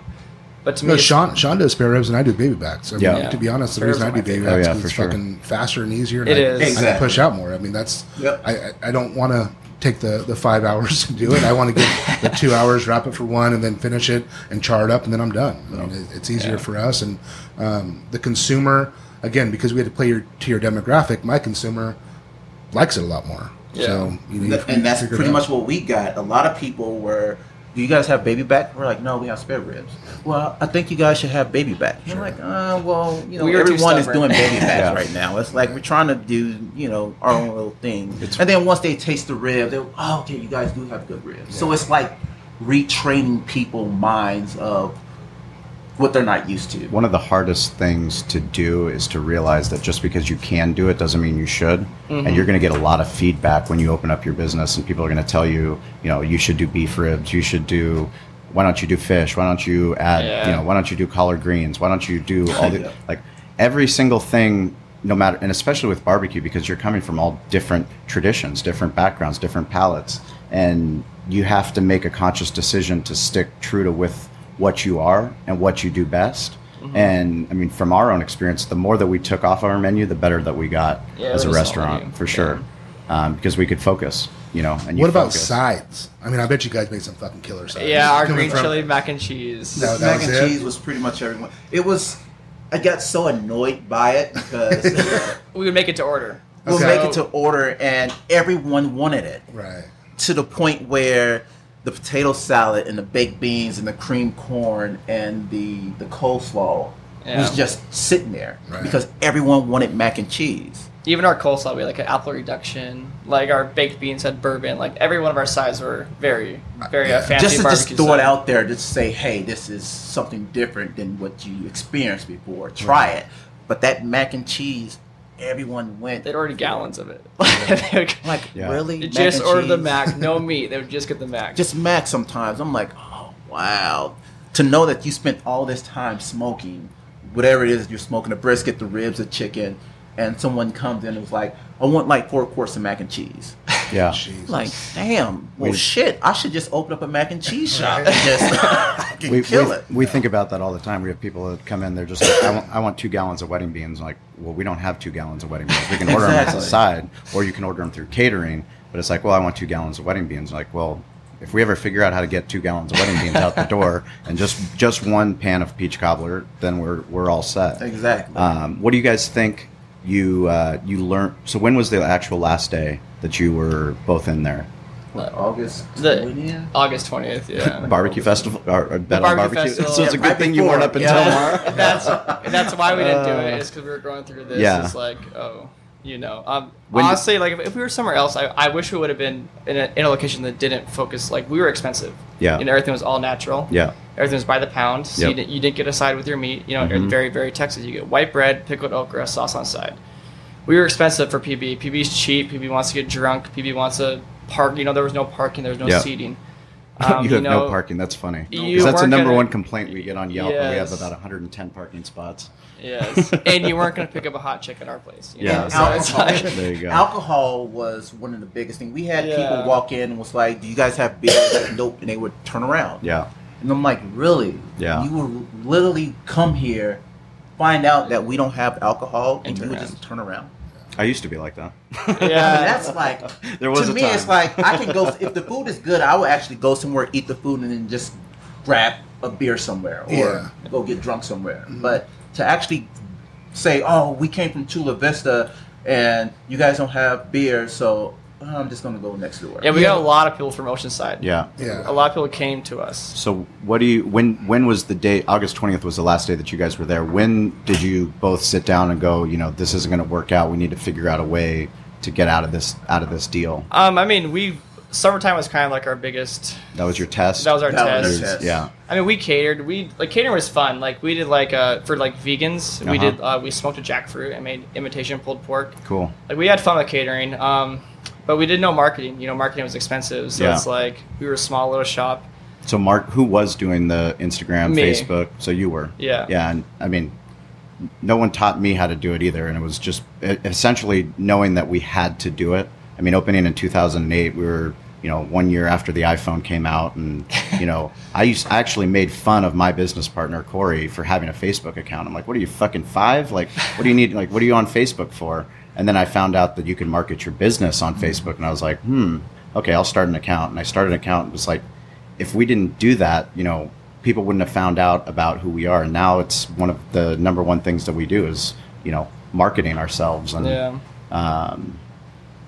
[SPEAKER 4] but to
[SPEAKER 3] No,
[SPEAKER 4] me, it's-
[SPEAKER 3] Sean, Sean does spare ribs and I do baby backs. I mean,
[SPEAKER 2] Yeah.
[SPEAKER 3] To be honest, the
[SPEAKER 4] Spare
[SPEAKER 3] reason I
[SPEAKER 4] ribs
[SPEAKER 3] do
[SPEAKER 4] are
[SPEAKER 3] baby
[SPEAKER 4] my
[SPEAKER 2] favorite.
[SPEAKER 3] backs
[SPEAKER 2] Oh, yeah,
[SPEAKER 3] is
[SPEAKER 2] for
[SPEAKER 3] it's
[SPEAKER 2] sure.
[SPEAKER 3] fucking faster and easier. And
[SPEAKER 4] It
[SPEAKER 3] I,
[SPEAKER 4] is.
[SPEAKER 3] I can
[SPEAKER 5] Exactly.
[SPEAKER 3] push out more. I mean, that's.
[SPEAKER 5] Yep.
[SPEAKER 3] I, I, I don't want to take the, the five hours to do it. I want to get the two hours, wrap it for one, and then finish it and char it up, and then I'm done. I mean, it- it's easier for us and um, the consumer. Again, because we had to play your, to your demographic, my consumer likes it a lot more.
[SPEAKER 4] Yeah.
[SPEAKER 3] So you know,
[SPEAKER 5] Th-
[SPEAKER 3] you- you
[SPEAKER 5] And that's
[SPEAKER 3] figure it
[SPEAKER 5] pretty
[SPEAKER 3] out.
[SPEAKER 5] much what we got. A lot of people were, "Do you guys have baby back?" We're like, "No, we have spare ribs." Well, I think you guys should have baby back. You're like, "Uh, well, you know,
[SPEAKER 4] We were too
[SPEAKER 5] everyone is
[SPEAKER 4] stubborn."
[SPEAKER 5] doing baby backs
[SPEAKER 2] Yeah.
[SPEAKER 5] right now. It's like we're trying to do, you know, our own little thing." and then once they taste the rib, they, "Oh, okay, you guys do have good ribs." So it's like retraining people minds of what they're not used to.
[SPEAKER 2] One of the hardest things to do is to realize that just because you can do it doesn't mean you should.
[SPEAKER 4] Mm-hmm.
[SPEAKER 2] And you're going to get a lot of feedback when you open up your business, and people are going to tell you, you know, you should do beef ribs, you should do. Why don't you do fish? Why don't you add,
[SPEAKER 4] Yeah.
[SPEAKER 2] you know, why don't you do collard greens? Why don't you do all the
[SPEAKER 5] Yeah.
[SPEAKER 2] like every single thing, no matter, and especially with barbecue because you're coming from all different traditions, different backgrounds, different palates, and you have to make a conscious decision to stick true to with what you are and what you do best.
[SPEAKER 4] Mm-hmm.
[SPEAKER 2] And I mean, from our own experience, the more that we took off our menu, the better that we got
[SPEAKER 4] Yeah,
[SPEAKER 2] as a
[SPEAKER 4] it was all you.
[SPEAKER 2] restaurant for sure, um, because we could focus, you know. And you
[SPEAKER 3] What about
[SPEAKER 2] focus.
[SPEAKER 3] sides? I mean, I bet you guys made some fucking killer sides.
[SPEAKER 4] yeah, our
[SPEAKER 3] Coming
[SPEAKER 4] green
[SPEAKER 3] from-
[SPEAKER 4] chili mac and cheese.
[SPEAKER 3] No.
[SPEAKER 5] This
[SPEAKER 3] that
[SPEAKER 5] mac
[SPEAKER 3] was
[SPEAKER 5] and
[SPEAKER 3] it?
[SPEAKER 5] cheese was pretty much everyone. It was. I got so annoyed by it because
[SPEAKER 4] We would make it to order.
[SPEAKER 5] we'll
[SPEAKER 3] Okay.
[SPEAKER 5] make it to order, and everyone wanted it
[SPEAKER 3] Right.
[SPEAKER 5] to the point where the potato salad and the baked beans and the cream corn and the the coleslaw
[SPEAKER 4] Yeah.
[SPEAKER 5] was just sitting there
[SPEAKER 3] Right.
[SPEAKER 5] because everyone wanted mac and cheese.
[SPEAKER 4] Even our coleslaw, we had like an apple reduction. Like our baked beans had bourbon. Like every one of our sides were very, very
[SPEAKER 3] Yeah.
[SPEAKER 4] uh, fancy
[SPEAKER 5] just to
[SPEAKER 4] barbecue.
[SPEAKER 5] just throw it
[SPEAKER 4] side.
[SPEAKER 5] out there, just say, hey, this is something different than what you experienced before. Try it. But that mac and cheese, everyone went.
[SPEAKER 4] They'd
[SPEAKER 5] I'm
[SPEAKER 4] order gallons of it. They would-
[SPEAKER 5] like
[SPEAKER 2] Yeah.
[SPEAKER 5] really, Mac
[SPEAKER 4] just
[SPEAKER 5] and
[SPEAKER 4] order the
[SPEAKER 5] cheese?
[SPEAKER 4] mac, no meat. They would just get the mac.
[SPEAKER 5] just mac sometimes. I'm like, oh wow, to know that you spent all this time smoking whatever it is you're smoking, the brisket, the ribs, the chicken, and someone comes in and was like, I want like four courses of mac and cheese.
[SPEAKER 2] Yeah.
[SPEAKER 3] Jesus.
[SPEAKER 5] Like, damn, well,
[SPEAKER 2] We-
[SPEAKER 5] shit, I should just open up a mac and cheese shop
[SPEAKER 3] Right.
[SPEAKER 5] and just fucking
[SPEAKER 2] we,
[SPEAKER 5] kill
[SPEAKER 2] we,
[SPEAKER 5] it.
[SPEAKER 2] we think about that all the time. We have people that come in, they're just like, I want, I want two gallons of wedding beans. Like, well, we don't have two gallons of wedding beans. We can order them as
[SPEAKER 5] Exactly.
[SPEAKER 2] a side, or you can order them through catering. But it's like, well, I want two gallons of wedding beans. Like, well, if we ever figure out how to get two gallons of wedding beans out the door and just just one pan of peach cobbler, then we're we're all set.
[SPEAKER 5] Exactly.
[SPEAKER 2] Um, what do you guys think you uh, you learned? So when was the actual last day that you were both in there?
[SPEAKER 5] What, August
[SPEAKER 4] The-
[SPEAKER 5] 20th?
[SPEAKER 4] August 20th, yeah.
[SPEAKER 2] Barbecue festival or, or bet on
[SPEAKER 4] barbecue
[SPEAKER 2] barbecue.
[SPEAKER 4] festival.
[SPEAKER 2] so it's a
[SPEAKER 5] Yeah,
[SPEAKER 2] good
[SPEAKER 5] right
[SPEAKER 2] thing you weren't
[SPEAKER 5] before,
[SPEAKER 2] up until
[SPEAKER 5] yeah.
[SPEAKER 2] March.
[SPEAKER 4] that's that's why we didn't do it
[SPEAKER 2] Uh,
[SPEAKER 4] is because we were going through this.
[SPEAKER 2] yeah.
[SPEAKER 4] It's like oh, you know. Um,
[SPEAKER 2] When-
[SPEAKER 4] honestly, like if, if we were somewhere else, I, I wish we would have been in a, in a location that didn't focus. Like we were expensive.
[SPEAKER 2] Yeah.
[SPEAKER 4] And everything was all natural.
[SPEAKER 2] Yeah.
[SPEAKER 4] Everything was by the pound. So you,
[SPEAKER 2] Yep. Mm-hmm.
[SPEAKER 4] didn't, you didn't get a side with your meat. You know, in very very Texas, you get white bread, pickled okra, sauce on side. We were expensive for PB. PB's cheap. PB wants to get drunk. PB wants to park. You know, there was no parking. There was no
[SPEAKER 2] Yeah.
[SPEAKER 4] seating. Um,
[SPEAKER 2] you have no
[SPEAKER 4] know,
[SPEAKER 2] parking. That's funny.
[SPEAKER 4] You
[SPEAKER 2] Because that's the
[SPEAKER 4] weren't
[SPEAKER 2] number
[SPEAKER 4] gonna-
[SPEAKER 2] one complaint we get on Yelp. and We have
[SPEAKER 4] Yes.
[SPEAKER 2] about 110 parking spots.
[SPEAKER 4] Yes. and you weren't going to pick up a hot chick at our place. You
[SPEAKER 2] Yeah.
[SPEAKER 4] Know?
[SPEAKER 5] And
[SPEAKER 4] So it's
[SPEAKER 5] alcohol.
[SPEAKER 4] like,
[SPEAKER 2] There you go.
[SPEAKER 5] Alcohol was one of the biggest things. We had
[SPEAKER 4] Yeah.
[SPEAKER 5] people walk in and was like, "Do you guys have beer?" I was like, nope, and they would turn around.
[SPEAKER 2] Yeah.
[SPEAKER 5] And I'm like, "Really?
[SPEAKER 2] Yeah.
[SPEAKER 5] You would literally come here, find out that we don't have alcohol, and,
[SPEAKER 4] And
[SPEAKER 5] you
[SPEAKER 4] turn
[SPEAKER 5] would
[SPEAKER 4] around.
[SPEAKER 5] just turn around."
[SPEAKER 2] I used to be like that.
[SPEAKER 5] I
[SPEAKER 4] yeah.
[SPEAKER 5] mean, that's like
[SPEAKER 2] There was
[SPEAKER 5] to
[SPEAKER 2] a
[SPEAKER 5] me,
[SPEAKER 2] time.
[SPEAKER 5] it's like I can go if the food is good, I would actually go somewhere, eat the food, and then just grab a beer somewhere or
[SPEAKER 3] Yeah.
[SPEAKER 5] go get drunk somewhere.
[SPEAKER 2] Mm-hmm.
[SPEAKER 5] But to actually say, "Oh, we came from Chula Vista, and you guys don't have beer, so oh, I'm just gonna go next door."
[SPEAKER 4] Yeah, we got a
[SPEAKER 3] Yeah.
[SPEAKER 4] lot of people from Oceanside.
[SPEAKER 2] Yeah.
[SPEAKER 3] Yeah.
[SPEAKER 4] A lot of people came to us.
[SPEAKER 2] So what do you when when was the day August 20th was the last day that you guys were there. When did you both sit down and go, you know, this isn't going to work out. We need to figure out a way to get out of this out of this deal.
[SPEAKER 4] Um, I mean, we summertime was kind of like our biggest.
[SPEAKER 2] That was your test.
[SPEAKER 4] That was our
[SPEAKER 5] That was our
[SPEAKER 4] test.
[SPEAKER 5] test.
[SPEAKER 2] Yeah.
[SPEAKER 4] I mean, we catered. We like catering was fun. Like we did like uh for like vegans. We
[SPEAKER 2] Uh-huh.
[SPEAKER 4] did uh, we smoked a jackfruit and made imitation pulled pork.
[SPEAKER 2] Cool.
[SPEAKER 4] Like we had fun with catering. Um, but we did no marketing. You know, marketing was expensive. So
[SPEAKER 2] Yeah.
[SPEAKER 4] it's like we were a small little shop.
[SPEAKER 2] So Mark, who was doing the Instagram,
[SPEAKER 4] Me.
[SPEAKER 2] Facebook? So you were.
[SPEAKER 4] Yeah.
[SPEAKER 2] Yeah, and I mean, no one taught me how to do it either, and it was just e- essentially knowing that we had to do it. I mean, opening in 2008, we were you know one year after the iPhone came out, and you know I used I actually made fun of my business partner Corey for having a Facebook account. I'm like, what are you fucking five? Like, what do you need? Like, what are you on Facebook for? And then I found out that you can market your business on Facebook, and I was like, hmm, okay, I'll start an account. And I started an account and was like, if we didn't do that, you know, people wouldn't have found out about who we are. And now it's one of the number one things that we do is, you know, marketing ourselves. And,
[SPEAKER 4] Yeah.
[SPEAKER 2] um,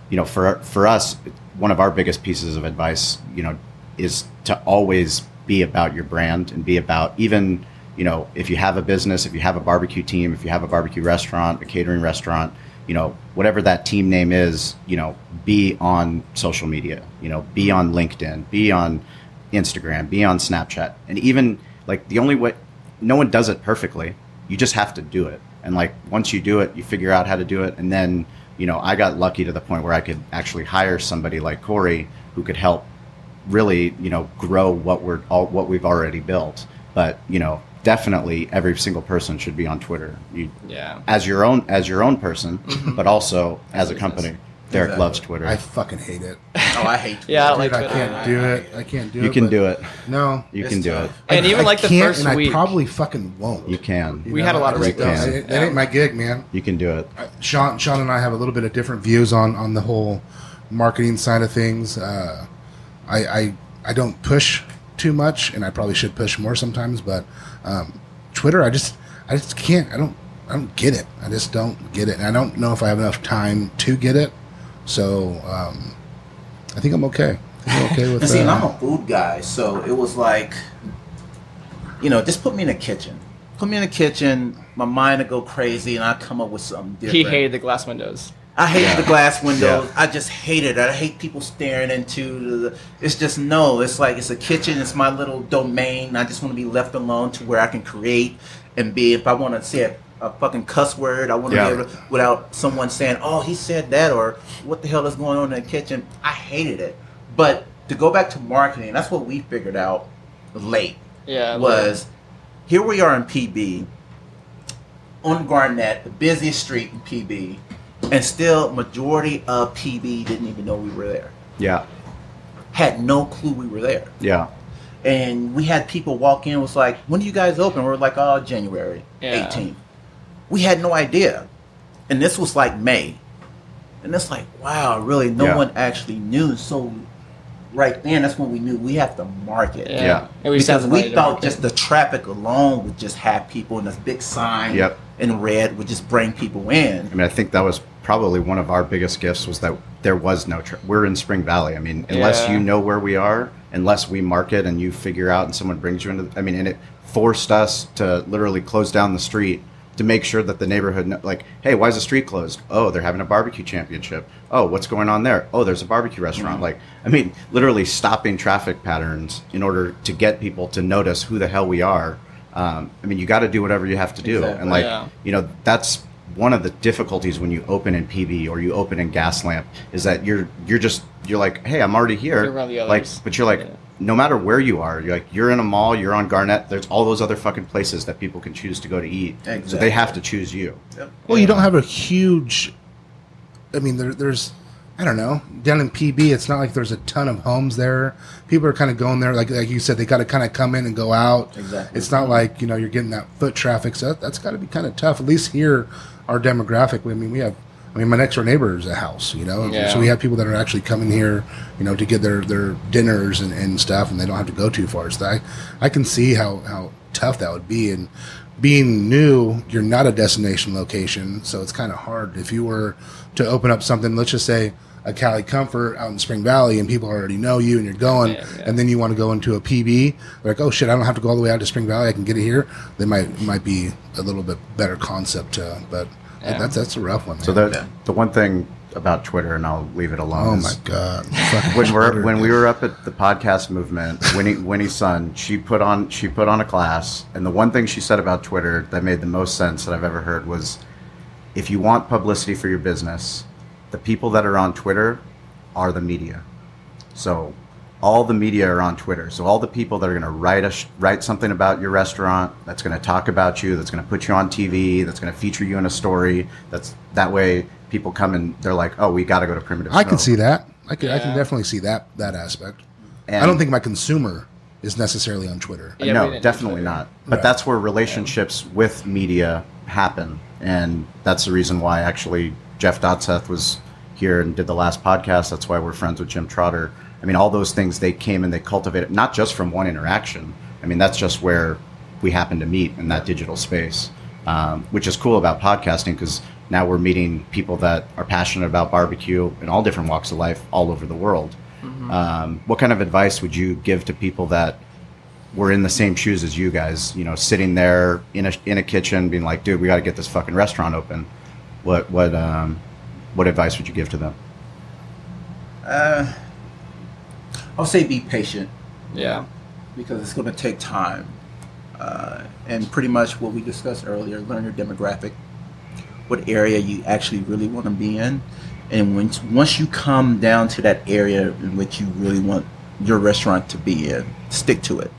[SPEAKER 2] you know, for, for us, one of our biggest pieces of advice, you know, is to always be about your brand and be about even, you know, if you have a business, if you have a barbecue team, if you have a barbecue restaurant, a catering restaurant, you know, whatever that team name is, you know, be on social media, you know, be on LinkedIn, be on Instagram, be on Snapchat. And even like the only way, no one does it perfectly. You just have to do it. And like once you do it, you figure out how to do it. And then, you know, I got lucky to the point where I could actually hire somebody like Corey who could help really, you know, grow what we're all, what we've already built. But, you know, definitely every single person should be on Twitter. You
[SPEAKER 4] Yeah.
[SPEAKER 2] as your own as your own person, but also as a
[SPEAKER 4] Business.
[SPEAKER 2] company. Derek
[SPEAKER 5] Exactly.
[SPEAKER 2] loves Twitter.
[SPEAKER 3] I fucking hate it.
[SPEAKER 5] Oh, I hate.
[SPEAKER 4] Yeah. I don't
[SPEAKER 3] Dude,
[SPEAKER 4] like
[SPEAKER 3] I
[SPEAKER 4] Twitter.
[SPEAKER 3] can't do it. I can't do it.
[SPEAKER 2] you can do it.
[SPEAKER 3] No.
[SPEAKER 2] You
[SPEAKER 5] It's
[SPEAKER 2] can do
[SPEAKER 5] tough.
[SPEAKER 2] it.
[SPEAKER 4] And
[SPEAKER 3] I-
[SPEAKER 4] even
[SPEAKER 3] I
[SPEAKER 4] like the
[SPEAKER 3] can't
[SPEAKER 4] first
[SPEAKER 3] and
[SPEAKER 4] week.
[SPEAKER 3] I probably fucking won't.
[SPEAKER 2] You can.
[SPEAKER 4] We had a lot of
[SPEAKER 3] I just don't-
[SPEAKER 2] breakdowns.
[SPEAKER 3] it- That ain't my gig, man.
[SPEAKER 2] You can do it.
[SPEAKER 3] Sean, Sean and I have a little bit of different views on on the whole marketing side of things. Uh, I, I I don't push too much, and I probably should push more sometimes. But um, Twitter, I just I just can't. I don't I don't get it. I just don't get it, and I don't know if I have enough time to get it. So um, I think I'm okay. I'm okay with
[SPEAKER 5] See, and I'm
[SPEAKER 3] uh,
[SPEAKER 5] a food guy, so it was like, you know, just put me in the kitchen. Put me in the kitchen. My mind would go crazy, and I come up with something different.
[SPEAKER 4] He hated the glass windows.
[SPEAKER 5] I hate the glass windows.
[SPEAKER 2] Yeah.
[SPEAKER 5] I just hate it. I hate people staring into. The, it's just no. It's like it's a kitchen. It's my little domain. I just want to be left alone to where I can create and be. If I want to say a, a fucking cuss word, I want to
[SPEAKER 2] Yeah.
[SPEAKER 5] be able to, without someone saying, "Oh, he said that," or "What the hell is going on in the kitchen?" I hated it. But to go back to marketing, that's what we figured out late
[SPEAKER 4] Yeah.
[SPEAKER 5] was here we are in PB. on Garnett, the busiest street in PB, and still majority of PB didn't even know we were there.
[SPEAKER 2] Yeah.
[SPEAKER 5] Had no clue we were there.
[SPEAKER 2] Yeah.
[SPEAKER 5] And we had people walk in, was like, when do you guys open? We are like, oh, January
[SPEAKER 4] Yeah.
[SPEAKER 5] 18th. We had no idea. And this was like May. And it's like, wow, really, no
[SPEAKER 2] Yeah.
[SPEAKER 5] one actually knew. So right then, that's when we knew we have to market.
[SPEAKER 4] Yeah.
[SPEAKER 2] Yeah.
[SPEAKER 4] And we
[SPEAKER 5] because
[SPEAKER 4] sent
[SPEAKER 5] we
[SPEAKER 4] somebody to
[SPEAKER 5] thought
[SPEAKER 4] market.
[SPEAKER 5] just the traffic alone would just have people in this big sign
[SPEAKER 2] Yep.
[SPEAKER 5] in red would just bring people in.
[SPEAKER 2] I mean, I think that was probably one of our biggest gifts was that there was no. Tra- we're in Spring Valley. I mean, unless
[SPEAKER 4] Yeah.
[SPEAKER 2] you know where we are, unless we market and you figure out, and someone brings you into. I mean, and it forced us to literally close down the street to make sure that the neighborhood, kn- like, hey, why is the street closed? Oh, they're having a barbecue championship. Oh, what's going on there? Oh, there's a barbecue restaurant. Like, I mean, literally stopping traffic patterns in order to get people to notice who the hell we are. Um, I mean, you got to do whatever you have to do,
[SPEAKER 5] Exactly.
[SPEAKER 2] and like
[SPEAKER 4] Yeah.
[SPEAKER 2] you know that's one of the difficulties when you open in PB or you open in Gaslamp is that you're you're just you're like, hey, I'm already here,
[SPEAKER 4] You're around the
[SPEAKER 2] like,
[SPEAKER 4] others.
[SPEAKER 2] but you're like,
[SPEAKER 4] Yeah.
[SPEAKER 2] no matter where you are, you're like, you're in a mall, you're on Garnett. There's all those other fucking places that people can choose to go to eat, so
[SPEAKER 5] Exactly.
[SPEAKER 2] they have to choose you.
[SPEAKER 3] Well, you don't have a huge. I mean, there, there's, I don't know, down in PB, it's not like there's a ton of homes there. People are kind of going there, like like you said, they got to kind of come in and go out.
[SPEAKER 5] Exactly.
[SPEAKER 3] It's not like you know you're getting that foot traffic, so that, that's got to be kind of tough. At least here, our demographic. I mean, we have. I mean, my next door neighbor is a house, you know,
[SPEAKER 4] Yeah.
[SPEAKER 3] so we have people that are actually coming here, you know, to get their their dinners and, and stuff, and they don't have to go too far. So I, I can see how how tough that would be, and being new, you're not a destination location, so it's kind of hard. If you were to open up something, let's just say a Cali Comfort out in Spring Valley, and people already know you, and you're going,
[SPEAKER 4] Yeah, yeah.
[SPEAKER 3] and then you want to go into a PB, they're like, oh shit, I don't have to go all the way out to Spring Valley, I can get it here. They might might be a little bit better concept, uh, but
[SPEAKER 4] Yeah.
[SPEAKER 3] that's that's a rough one.
[SPEAKER 2] So
[SPEAKER 3] man.
[SPEAKER 2] the the one thing about Twitter, and I'll leave it alone.
[SPEAKER 3] oh
[SPEAKER 2] is
[SPEAKER 3] my god, Fucking
[SPEAKER 2] when we're
[SPEAKER 3] Twitter,
[SPEAKER 2] when we
[SPEAKER 3] man.
[SPEAKER 2] were up at the podcast movement, Winnie Winnie's son, she put on she put on a class, and the one thing she said about Twitter that made the most sense that I've ever heard was, if you want publicity for your business, the people that are on Twitter are the media. So all the media are on Twitter. So all the people that are going to write a sh- write something about your restaurant, that's going to talk about you, that's going to put you on TV, that's going to feature you in a story. That's that way people come and they're like, "Oh, we got to go to Primitive."
[SPEAKER 3] I can
[SPEAKER 2] Smoke."
[SPEAKER 3] see that. I can I can
[SPEAKER 4] Yeah.
[SPEAKER 3] definitely see that that aspect.
[SPEAKER 2] And-
[SPEAKER 3] I don't think my consumer is necessarily on Twitter.
[SPEAKER 4] Yeah, we
[SPEAKER 2] no,
[SPEAKER 4] didn't
[SPEAKER 2] definitely
[SPEAKER 4] do
[SPEAKER 2] not. But
[SPEAKER 3] Right.
[SPEAKER 2] that's where relationships with media happen, and that's the reason why actually Jeff Dotseth was here and did the last podcast. That's why we're friends with Jim Trotter. I mean, all those things they came and they cultivated not just from one interaction. I mean, that's just where we happen to meet in that digital space, um, which is cool about podcasting because now we're meeting people that are passionate about barbecue in all different walks of life all over the world.
[SPEAKER 4] Mm-hmm.
[SPEAKER 2] Um, what kind of advice would you give to people that we're in the same shoes as you guys, you know, sitting there in a in a kitchen, being like, "Dude, we got to get this fucking restaurant open." What what um, what advice would you give to them?
[SPEAKER 5] Uh, I'll say be patient
[SPEAKER 4] yeah.
[SPEAKER 5] because it's going to take time. Uh, and pretty much what we discussed earlier, learn your demographic, what area you actually really want to be in, and once once you come down to that area in which you really want your restaurant to be in, stick to it.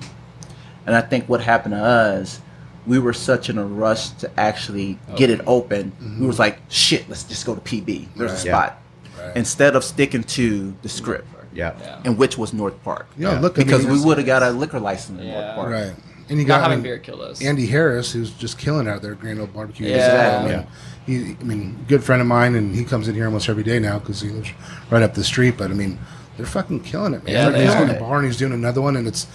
[SPEAKER 5] And I think what happened to us, we were such in a rush to actually get it open. We was like, shit, let's just go to PB. There's
[SPEAKER 3] Oh.
[SPEAKER 5] a
[SPEAKER 3] Right.
[SPEAKER 2] Yeah.
[SPEAKER 5] spot.
[SPEAKER 3] Right.
[SPEAKER 5] Instead of sticking to the script,
[SPEAKER 2] Yeah,
[SPEAKER 4] Yeah.
[SPEAKER 5] and which was North Park
[SPEAKER 3] Yeah,
[SPEAKER 2] Yeah.
[SPEAKER 3] look I
[SPEAKER 5] because
[SPEAKER 3] mean,
[SPEAKER 5] we would have got a liquor license in
[SPEAKER 4] Yeah.
[SPEAKER 5] North Park.
[SPEAKER 3] right. And you
[SPEAKER 4] Not
[SPEAKER 3] got
[SPEAKER 4] having
[SPEAKER 3] I mean,
[SPEAKER 4] beer killed us.
[SPEAKER 3] Andy Harris, who's just killing out there at Grand Old Barbecue.
[SPEAKER 4] Yeah. Exactly.
[SPEAKER 3] I mean, He, I mean, good friend of mine, and he comes in here almost every day now because he lives right up the street. But I mean, they're fucking killing it, man.
[SPEAKER 4] Yeah,
[SPEAKER 3] They're-
[SPEAKER 4] they
[SPEAKER 3] he's
[SPEAKER 4] are.
[SPEAKER 3] doing a bar and he's doing another one, and it's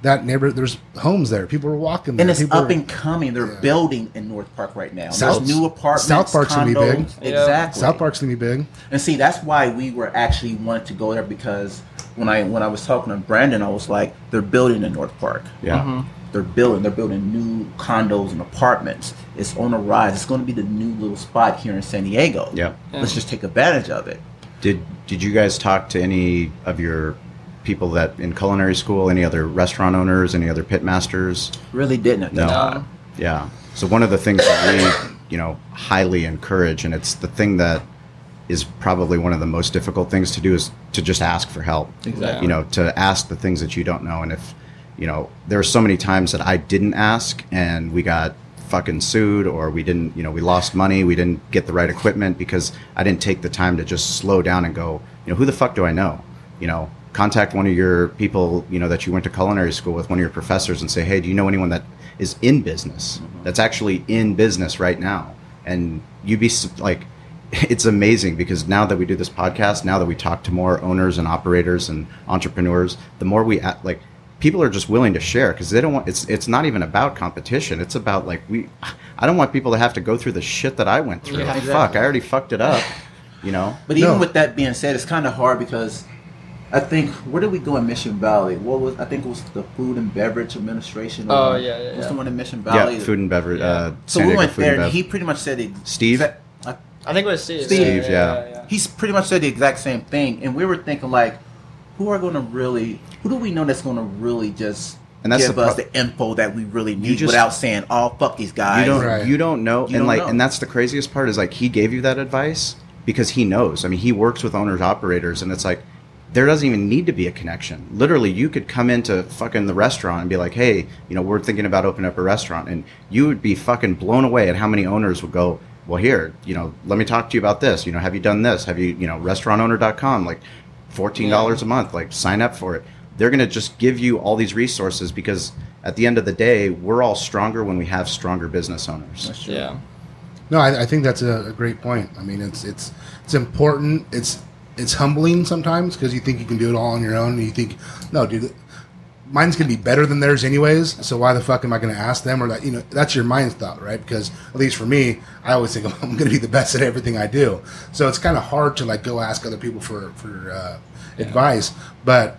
[SPEAKER 3] that neighborhood. There's homes there. People are walking there.
[SPEAKER 5] And it's
[SPEAKER 3] People
[SPEAKER 5] up
[SPEAKER 3] are-
[SPEAKER 5] and coming. They're
[SPEAKER 3] Yeah.
[SPEAKER 5] building in North Park right now.
[SPEAKER 3] South-
[SPEAKER 5] There's new apartments.
[SPEAKER 3] South Park's gonna be
[SPEAKER 5] condos.
[SPEAKER 3] big.
[SPEAKER 4] Yeah.
[SPEAKER 5] Exactly.
[SPEAKER 3] South Park's gonna be big.
[SPEAKER 5] And see, that's why we were actually wanted to go there because when I when I was talking to Brandon, I was like, they're building in North Park.
[SPEAKER 2] yeah,
[SPEAKER 5] They're building. They're building new condos and apartments. It's on the rise. It's going to be the new little spot here in San Diego.
[SPEAKER 2] yeah.
[SPEAKER 5] Let's just take advantage of it.
[SPEAKER 2] Did did you guys talk to any of your people that in culinary school, any other restaurant owners, any other pit masters?
[SPEAKER 5] Really didn't at the
[SPEAKER 2] No.
[SPEAKER 5] time.
[SPEAKER 2] Yeah. So one of the things that we, you know, highly encourage, and it's the thing that is probably one of the most difficult things to do is to just ask for help.
[SPEAKER 4] Exactly.
[SPEAKER 2] You know, to ask the things that you don't know, and if you know, there are so many times that I didn't ask, and we got fucking sued or we didn't, you know, we lost money, we didn't get the right equipment because I didn't take the time to just slow down and go, you know, who the fuck do I know? You know, contact one of your people, you know, that you went to culinary school with, one of your professors, and say, hey, do you know anyone that is in business, that's actually in business right now? And you'd be su- like, it's amazing because now that we do this podcast, now that we talk to more owners and operators and entrepreneurs, the more we act, like people are just willing to share because they don't want it's it's not even about competition. It's about like we I don't want people to have to go through the shit that I went through.
[SPEAKER 4] Yeah,
[SPEAKER 2] Like, Fuck,
[SPEAKER 5] exactly.
[SPEAKER 2] I already fucked it up. You know?
[SPEAKER 5] But even
[SPEAKER 3] No.
[SPEAKER 5] with that being said, it's kind of hard because I think where did we go in Mission Valley? What was I think it was the Food and Beverage Administration?
[SPEAKER 4] Oh,
[SPEAKER 5] or-
[SPEAKER 4] yeah, yeah,
[SPEAKER 5] What's
[SPEAKER 4] yeah.
[SPEAKER 5] the one in Mission Valley?
[SPEAKER 2] yeah, food and beverage uh
[SPEAKER 5] so
[SPEAKER 2] San
[SPEAKER 5] we
[SPEAKER 2] Diego
[SPEAKER 5] went
[SPEAKER 2] food
[SPEAKER 5] there,
[SPEAKER 2] and
[SPEAKER 5] and
[SPEAKER 2] beverage.
[SPEAKER 5] he pretty much said the
[SPEAKER 2] Steve?
[SPEAKER 5] exact- I-
[SPEAKER 4] I think it was Steve.
[SPEAKER 5] Steve,
[SPEAKER 2] yeah.
[SPEAKER 5] He's pretty much said the exact same thing, and we were thinking like, who are going to really? Who do we know that's going to really just
[SPEAKER 2] And that's
[SPEAKER 5] give
[SPEAKER 2] the
[SPEAKER 5] us
[SPEAKER 2] pro-
[SPEAKER 5] the info that we really need
[SPEAKER 2] just-
[SPEAKER 5] without saying, "Oh, fuck these guys."
[SPEAKER 2] you don't
[SPEAKER 3] Right.
[SPEAKER 2] you don't know
[SPEAKER 5] You
[SPEAKER 2] and
[SPEAKER 5] don't
[SPEAKER 2] like
[SPEAKER 5] know.
[SPEAKER 2] and that's the craziest part is like he gave you that advice because he knows i mean he works with owners operators and it's like there doesn't even need to be a connection literally you could come into fucking the restaurant and be like hey you know we're thinking about opening up a restaurant and you would be fucking blown away at how many owners would go well here you know let me talk to you about this you know have you done this have you you know restaurantowner.com like $14 a month like sign up for it they're going to just give you all these resources because at the end of the day we're all stronger when we have stronger business owners
[SPEAKER 5] That's true.
[SPEAKER 4] Yeah.
[SPEAKER 3] No, I, I think that's a, a great point. I mean, it's it's it's important. It's it's humbling sometimes because you think you can do it all on your own, and you think, no, dude, mine's gonna be better than theirs anyways. So why the fuck am I gonna ask them? Or that you know, that's your mind thought, right? Because at least for me, I always think I'm gonna be the best at everything I do. So it's kind of hard to like go ask other people for for uh, advice, but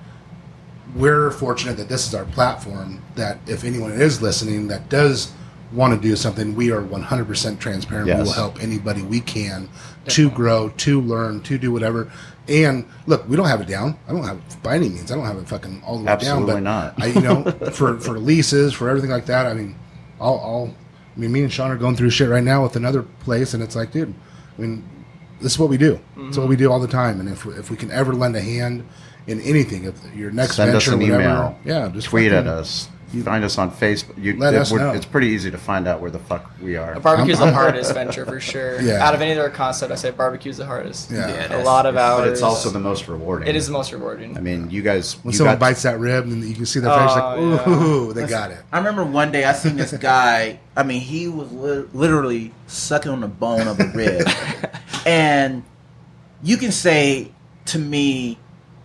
[SPEAKER 3] we're fortunate that this is our platform that if anyone is listening that does want to do something we are 100% transparent we will
[SPEAKER 2] Yes.
[SPEAKER 3] help anybody we can to grow to learn to do whatever and look we don't have it down i don't have it by any means i don't have it fucking all the way
[SPEAKER 2] Absolutely
[SPEAKER 3] down but
[SPEAKER 2] not.
[SPEAKER 3] I, you know for for leases for everything like that i mean i'll, I'll i mean me and sean are going through shit right now with another place and it's like dude i mean this is what we do it's what we do all the time and if, we- if we can ever lend a hand in anything if your next
[SPEAKER 2] send us
[SPEAKER 3] venture,
[SPEAKER 2] an
[SPEAKER 3] whatever.
[SPEAKER 2] email
[SPEAKER 3] Yeah, just
[SPEAKER 2] tweet at
[SPEAKER 3] fucking-
[SPEAKER 2] us find us on facebook you,
[SPEAKER 3] Let
[SPEAKER 2] it-
[SPEAKER 3] us
[SPEAKER 2] we're-
[SPEAKER 3] know.
[SPEAKER 2] it's pretty easy to find out where the fuck we are
[SPEAKER 4] Barbecue's
[SPEAKER 3] I'm-
[SPEAKER 4] the
[SPEAKER 3] I'm-
[SPEAKER 4] hardest venture for sure.
[SPEAKER 3] Yeah.
[SPEAKER 4] Out of any other concept, I say barbecue's the hardest.
[SPEAKER 3] Yeah.
[SPEAKER 5] Yeah.
[SPEAKER 4] A lot of hours.
[SPEAKER 2] but it's also the most rewarding
[SPEAKER 4] It is the most rewarding.
[SPEAKER 2] i mean you guys
[SPEAKER 3] When
[SPEAKER 2] you
[SPEAKER 3] someone
[SPEAKER 2] got-
[SPEAKER 3] bites that rib and you can see their
[SPEAKER 4] Oh,
[SPEAKER 3] face, like,
[SPEAKER 4] yeah.
[SPEAKER 3] ooh, they got it.
[SPEAKER 5] I remember one day I seen this guy. I mean, he was li- literally sucking on the bone of a rib, and you can say to me,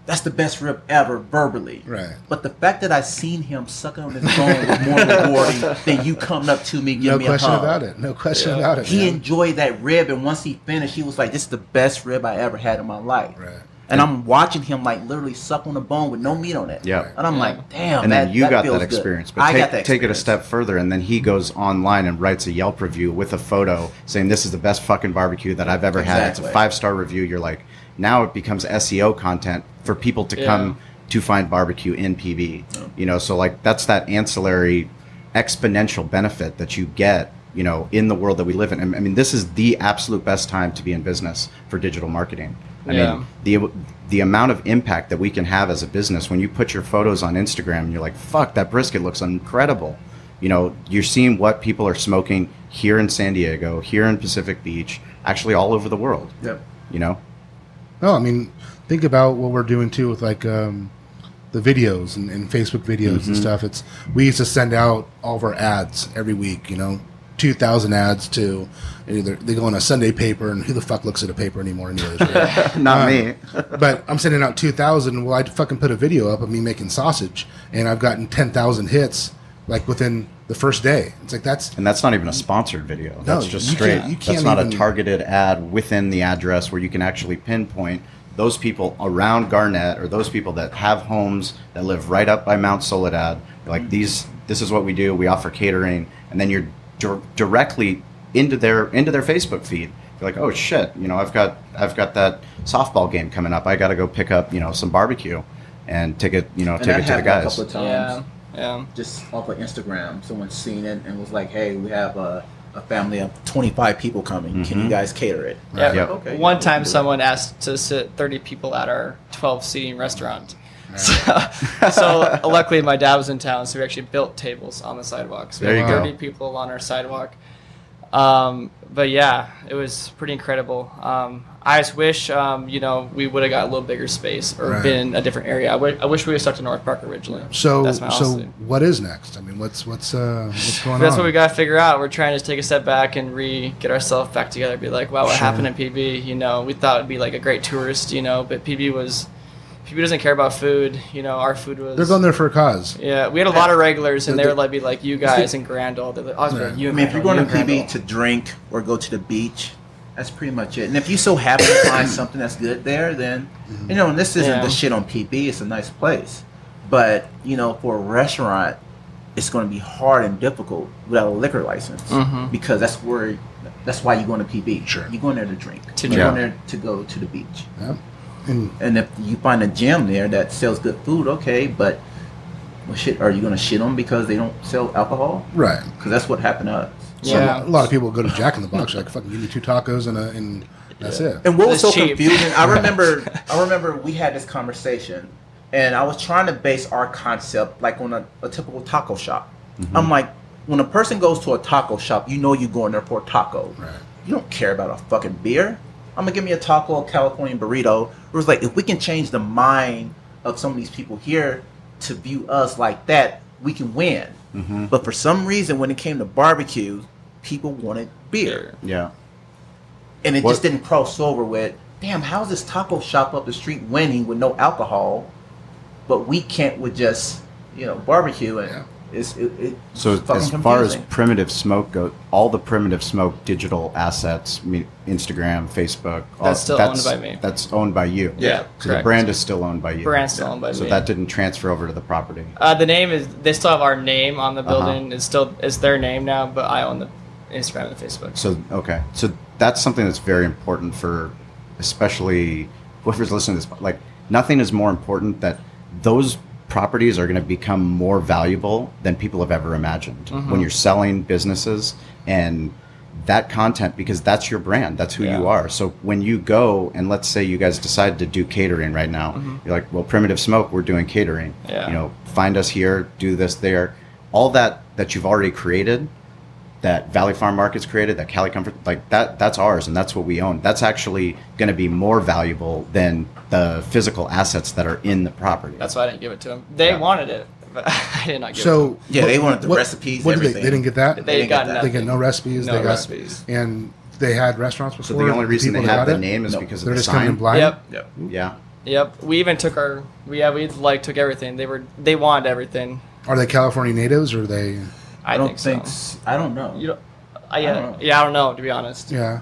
[SPEAKER 5] "That's the best rib ever," verbally.
[SPEAKER 3] Right.
[SPEAKER 5] But the fact that I seen him sucking on his bone was more rewarding than you coming up to me, and
[SPEAKER 3] No
[SPEAKER 5] giving me
[SPEAKER 3] question
[SPEAKER 5] a hug.
[SPEAKER 3] about it. No question
[SPEAKER 4] Yeah.
[SPEAKER 3] about it.
[SPEAKER 5] He
[SPEAKER 3] man.
[SPEAKER 5] enjoyed that rib, and once he finished, he was like, "This is the best rib I ever had in my life."
[SPEAKER 3] Right.
[SPEAKER 5] And I'm watching him like literally suck on the bone with no meat on it.
[SPEAKER 2] Yeah.
[SPEAKER 5] And I'm like, damn.
[SPEAKER 2] and then you got
[SPEAKER 5] feels
[SPEAKER 2] that
[SPEAKER 5] good."
[SPEAKER 2] experience. But
[SPEAKER 5] I
[SPEAKER 2] take,
[SPEAKER 5] got that
[SPEAKER 2] take it a
[SPEAKER 5] experience.
[SPEAKER 2] step further, and then he goes online and writes a Yelp review with a photo saying, "This is the best fucking barbecue that I've ever had." It's a
[SPEAKER 5] Exactly.
[SPEAKER 2] five star review. You're like, now it becomes SEO content for people to
[SPEAKER 4] Yeah.
[SPEAKER 2] come to find barbecue in PB. You know, so like that's that ancillary, exponential benefit that you get. You know, in the world that we live in, And, I mean, this is the absolute best time to be in business for digital marketing. I
[SPEAKER 4] Yeah.
[SPEAKER 2] mean, the the amount of impact that we can have as a business when you put your photos on Instagram and you're like, "Fuck, that brisket looks incredible." You know, you're seeing what people are smoking here in San Diego, here in Pacific Beach, actually all over the world.
[SPEAKER 5] Yep.
[SPEAKER 2] You know,
[SPEAKER 3] No, I mean, think about what we're doing too with like um, the videos and, and Facebook videos
[SPEAKER 4] Mm-hmm.
[SPEAKER 3] and stuff. It's we used to send out all of our ads every week. You know, two thousand ads to and either they go in a Sunday paper, and who the fuck looks at a paper anymore? Anyways, right?
[SPEAKER 2] not me.
[SPEAKER 3] but I'm sending out 2,000. Well, I fucking put a video up of me making sausage, and I've gotten 10,000 hits like within the first day. It's like that's
[SPEAKER 2] And that's not even a sponsored video. That's just
[SPEAKER 3] you
[SPEAKER 2] straight.
[SPEAKER 3] can't- you
[SPEAKER 2] that's
[SPEAKER 3] can't
[SPEAKER 2] not a
[SPEAKER 3] even-
[SPEAKER 2] targeted ad within the address where you can actually pinpoint those people around Garnett or those people that have homes that live right up by Mount Soledad. Like these, this is what we do. We offer catering, and then you're dir- directly into their into their Facebook feed. You're like, oh shit, you know, I've got I've got that softball game coming up. I got to go pick up you know some barbecue and take it you know
[SPEAKER 5] And
[SPEAKER 2] take
[SPEAKER 5] that
[SPEAKER 2] it to the
[SPEAKER 5] happened
[SPEAKER 2] guys.
[SPEAKER 5] a couple of times.
[SPEAKER 4] yeah. Yeah.
[SPEAKER 5] just off of Instagram. Someone seen it and was like, "Hey, we have a, a family of 25 people coming. Can
[SPEAKER 2] Mm-hmm.
[SPEAKER 5] you guys cater it?"
[SPEAKER 4] Yeah.
[SPEAKER 2] Yep.
[SPEAKER 5] Okay,
[SPEAKER 4] One
[SPEAKER 5] cool.
[SPEAKER 4] time, someone asked to sit 30 people at our 12 seating restaurant. So, so luckily, my dad was in town, so we actually built tables on the sidewalks. We
[SPEAKER 2] There
[SPEAKER 4] had
[SPEAKER 2] you go.
[SPEAKER 4] 30 people on our sidewalk. Um, but yeah, it was pretty incredible. Um, I just wish, um, you know, we would have got a little bigger space or
[SPEAKER 3] Right.
[SPEAKER 4] been in a different area. I wi- I wish we would have stuck to North Park originally.
[SPEAKER 3] So
[SPEAKER 4] that's my
[SPEAKER 3] so
[SPEAKER 4] honest-
[SPEAKER 3] what is next? I mean, what's what's uh what's going
[SPEAKER 4] That's
[SPEAKER 3] on?
[SPEAKER 4] what we got to figure out. We're trying to take a step back and re get ourselves back together. Be like, wow, what
[SPEAKER 3] Sure.
[SPEAKER 4] happened in PB? You know, we thought it'd be like a great tourist, you know, but PB was PB doesn't care about food. You know, our food was.
[SPEAKER 3] They're going there for a cause.
[SPEAKER 4] Yeah, we had a lot of regulars, and
[SPEAKER 3] The-
[SPEAKER 4] they were
[SPEAKER 3] the-
[SPEAKER 4] like, be like you guys and Grandall. They're like, Osborne,
[SPEAKER 3] Yeah.
[SPEAKER 4] you
[SPEAKER 5] I
[SPEAKER 4] and
[SPEAKER 5] mean, if you're
[SPEAKER 4] Grandall,
[SPEAKER 5] going to
[SPEAKER 4] you and
[SPEAKER 5] PB to
[SPEAKER 4] Grandall.
[SPEAKER 5] drink or go to the beach, that's pretty much it. And if you so happen to find something that's good there, then you know, and this isn't
[SPEAKER 4] Yeah.
[SPEAKER 5] the shit on PB. It's a nice place, but you know, for a restaurant, it's going to be hard and difficult without a liquor license
[SPEAKER 4] Mhm.
[SPEAKER 5] because that's where that's why you're going to PB.
[SPEAKER 3] Sure.
[SPEAKER 5] you're going there to drink.
[SPEAKER 4] To
[SPEAKER 5] you're
[SPEAKER 2] drink.
[SPEAKER 5] going there to go to the beach.
[SPEAKER 3] Yeah. And
[SPEAKER 5] And if you find a gym there that sells good food, okay, but well, shit, are you going to shit them because they don't sell alcohol?
[SPEAKER 3] right.
[SPEAKER 5] Because that's what happened to us.
[SPEAKER 3] So
[SPEAKER 4] Yeah.
[SPEAKER 3] a lot of people go to Jack in the Box. Like fucking give me two tacos and a, and that's it.
[SPEAKER 5] And what was so
[SPEAKER 4] It's cheap.
[SPEAKER 5] confusing, I remember, I remember we had this conversation, and I was trying to base our concept like on a, a typical taco shop. I'm like, when a person goes to a taco shop, you know you're going there for a taco.
[SPEAKER 3] Right.
[SPEAKER 5] You don't care about a fucking beer. I'm gonna give me a taco, a California burrito. It was like if we can change the mind of some of these people here to view us like that, we can win. But for some reason, when it came to barbecue, people wanted beer
[SPEAKER 2] Yeah.
[SPEAKER 5] and it
[SPEAKER 2] What-
[SPEAKER 5] just didn't cross over with damn how's this taco shop up the street winning with no alcohol but we can't with just you know barbecue and
[SPEAKER 3] Yeah.
[SPEAKER 5] it's it, it
[SPEAKER 2] So
[SPEAKER 5] fucking
[SPEAKER 2] as far as
[SPEAKER 5] confusing.
[SPEAKER 2] primitive smoke goes, all the primitive smoke digital assets, I mean, Instagram, Facebook, all,
[SPEAKER 4] That's still owned by me.
[SPEAKER 2] That's owned by you.
[SPEAKER 4] Yeah,
[SPEAKER 2] So the
[SPEAKER 4] correct.
[SPEAKER 2] brand is still owned by you.
[SPEAKER 4] Brand's still owned by
[SPEAKER 2] so
[SPEAKER 4] me.
[SPEAKER 2] that didn't transfer over to the property.
[SPEAKER 4] Uh, the name is they still have our name on the
[SPEAKER 2] Uh-huh.
[SPEAKER 4] building. It's still it's their name now, but I own the Instagram and the Facebook.
[SPEAKER 2] So okay, so that's something that's very important for, especially whoever's listening to this. Like nothing is more important that those properties are going to become more valuable than people have ever imagined
[SPEAKER 4] Mm-hmm.
[SPEAKER 2] when you're selling businesses and that content because that's your brand that's who you
[SPEAKER 4] Yeah.
[SPEAKER 2] are so when you go and let's say you guys decide to do catering right now you're like well primitive smoke we're doing catering
[SPEAKER 4] Mm-hmm. Yeah.
[SPEAKER 2] you know find us here do this there all that that you've already created that Valley Farm Markets created, that Cali Comfort, like that, that's ours and that's what we own. That's actually going to be more valuable than the physical assets that are in the property.
[SPEAKER 4] That's why I didn't give it to them. They
[SPEAKER 2] Yeah.
[SPEAKER 4] wanted it, but I did not give it.
[SPEAKER 3] So
[SPEAKER 5] Yeah,
[SPEAKER 3] what-
[SPEAKER 5] they wanted the
[SPEAKER 3] what-
[SPEAKER 5] recipes,
[SPEAKER 3] What did they,
[SPEAKER 5] everything.
[SPEAKER 3] they didn't get that.
[SPEAKER 4] to them. They,
[SPEAKER 5] they
[SPEAKER 4] got
[SPEAKER 5] got that.
[SPEAKER 4] nothing.
[SPEAKER 3] They got no recipes.
[SPEAKER 4] No
[SPEAKER 3] they got,
[SPEAKER 4] recipes.
[SPEAKER 3] And they had restaurants before.
[SPEAKER 2] so the only reason they
[SPEAKER 3] people that
[SPEAKER 2] have
[SPEAKER 3] got
[SPEAKER 2] the
[SPEAKER 3] it,
[SPEAKER 2] name is
[SPEAKER 5] No.
[SPEAKER 2] because of
[SPEAKER 3] They're
[SPEAKER 2] the
[SPEAKER 3] just coming in
[SPEAKER 2] sign.
[SPEAKER 3] blind.
[SPEAKER 4] Yep.
[SPEAKER 5] Yep.
[SPEAKER 2] Yeah.
[SPEAKER 4] Yep, we even took our yeah we like took everything. They were they wanted everything.
[SPEAKER 3] Are they California natives or are they?
[SPEAKER 4] I,
[SPEAKER 5] i don't
[SPEAKER 4] think,
[SPEAKER 5] think,
[SPEAKER 4] so.
[SPEAKER 5] s- i don't know
[SPEAKER 4] You don't, I,
[SPEAKER 5] don't
[SPEAKER 4] yeah,
[SPEAKER 5] know.
[SPEAKER 4] yeah, I don't know to be honest.
[SPEAKER 3] Yeah.